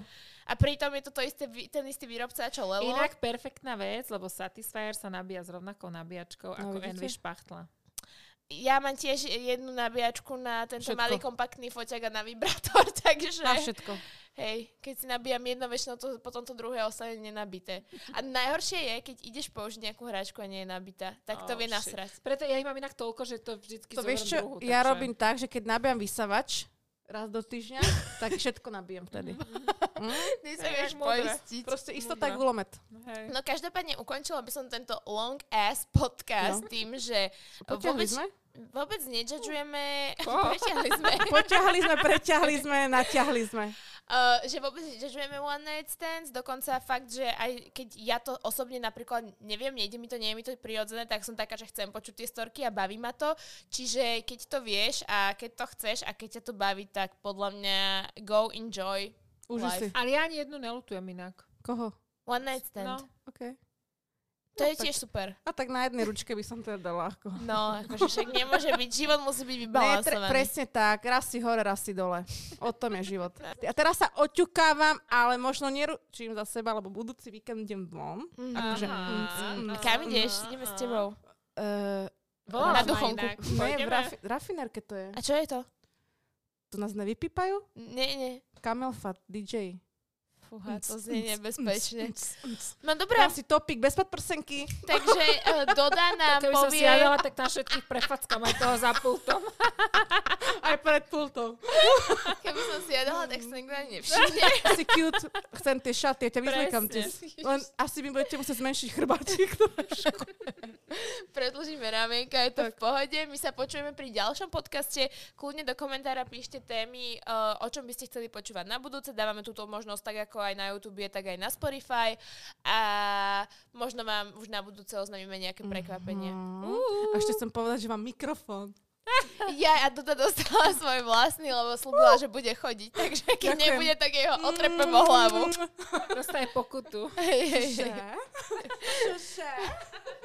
Speaker 1: A pritom je to, to isté, vý- ten istý výrobca, čo Lelo.
Speaker 3: Inak perfektná vec, lebo Satisfyer sa nabíja s rovnakou nabíjačkou ako
Speaker 2: vidíte?
Speaker 3: Envy špachtla.
Speaker 1: Ja mám tiež jednu nabíjačku na tento
Speaker 2: Všetko.
Speaker 1: malý kompaktný foťak a na vibrátor, takže...
Speaker 2: Na všetko.
Speaker 1: Hej, keď si nabíjam jedno väčšinou, to potom to druhé ostane nenabité. A najhoršie je, keď ideš použiť nejakú hračku a nie je nabitá. Tak to
Speaker 3: Oh,
Speaker 1: vie
Speaker 3: shit.
Speaker 1: nasrať.
Speaker 3: Preto ja ich mám inak toľko, že to
Speaker 2: To
Speaker 3: vždycky zoberiem
Speaker 2: vieš čo,
Speaker 3: druhú,
Speaker 2: ja
Speaker 3: takže-
Speaker 2: robím tak, že keď nabijam vysavač raz do týždňa, tak všetko nabijem vtedy.
Speaker 1: Ty
Speaker 3: sa vieš poistiť.
Speaker 2: Proste isto
Speaker 3: Múdra.
Speaker 2: tak gulomet.
Speaker 3: Hej.
Speaker 1: No každopádne ukončila by som tento long ass podcast
Speaker 2: No.
Speaker 1: tým, že
Speaker 2: Poťahli
Speaker 1: vôbec,
Speaker 2: sme?
Speaker 1: vôbec nežadžujeme,
Speaker 3: Ko?
Speaker 1: preťahli sme,
Speaker 2: Poťahli sme, preťahli sme, natiahli sme.
Speaker 1: uh, že vôbec nežadžujeme one night stands, dokonca fakt, že aj keď ja to osobne napríklad neviem, nejde mi to, nie je mi to prirodzené, tak som taká, že chcem počuť tie storky a baví ma to. Čiže keď to vieš a keď to chceš a keď ťa to baví, tak podľa mňa go enjoy
Speaker 2: Už
Speaker 1: Life.
Speaker 2: si.
Speaker 3: Ale ja ani jednu nelutujem inak.
Speaker 2: Koho?
Speaker 1: one night stand. No,
Speaker 3: No,
Speaker 2: OK.
Speaker 1: to je
Speaker 2: tak-
Speaker 1: tiež super.
Speaker 2: A tak na jednej ručke by som teda dala ako.
Speaker 1: No, akože však nemôže byť, život musí byť
Speaker 2: Ne, tre,
Speaker 1: vybalansovaný.
Speaker 2: presne tak, raz si hore, raz si dole. O tom je život. A teraz sa oťukávam, ale možno neručím za seba, lebo budúci víkend idem von.
Speaker 1: Mhm.
Speaker 2: Akože,
Speaker 3: Aha,
Speaker 2: mm, mm.
Speaker 3: aha,
Speaker 1: No. Kam ideš?
Speaker 3: aha.
Speaker 1: Ideme s tebou.
Speaker 2: Uh,
Speaker 1: Na
Speaker 3: Volala ma
Speaker 1: duchonku.
Speaker 3: inak.
Speaker 2: ne, v
Speaker 3: Pôjdeme?
Speaker 2: rafi- rafinérke to je.
Speaker 1: A čo je to?
Speaker 2: To nás nevypípajú?
Speaker 1: Nie, nie.
Speaker 2: Kamelfat, DJ.
Speaker 1: Fúha, to
Speaker 2: Mc, mc,
Speaker 1: znie nebezpečne.
Speaker 2: mc, mc, mc.
Speaker 1: No dobré,
Speaker 2: Dám si topik bez podprsenky.
Speaker 1: takže eh, Doda nám
Speaker 3: Keby som
Speaker 1: povie...
Speaker 3: si ja dala, tak na všetkých prefackám aj toho za pultom.
Speaker 2: Aj pred pultom.
Speaker 1: Keby som si ja dala, tak sa nikto ani nevšimne.
Speaker 2: Si cute, chcem tie šaty, ja ťa vyzmekam tie. Len asi mi budete musieť zmenšiť chrbáčik.
Speaker 1: Predlžíme ramienka, je to v pohode. My sa počujeme pri ďalšom podcaste. Kľudne do komentára píšte témy, eh, o čom by ste chceli počúvať na budúce. Dávame túto možnosť tak ako aj na YouTube, tak aj na Spotify. A možno vám už na budúce oznámime nejaké prekvapenie.
Speaker 2: No. A ešte chcem povedať, že mám mikrofón.
Speaker 1: Ja, a Duda dostala svoj vlastný, lebo slúbila, že bude chodiť, takže keď
Speaker 2: Ďakujem. Mm.
Speaker 1: nebude, tak jej ho otrepem o hlavu.
Speaker 3: Dostane pokutu.
Speaker 1: Hej, hej, hej.
Speaker 2: Že? Že?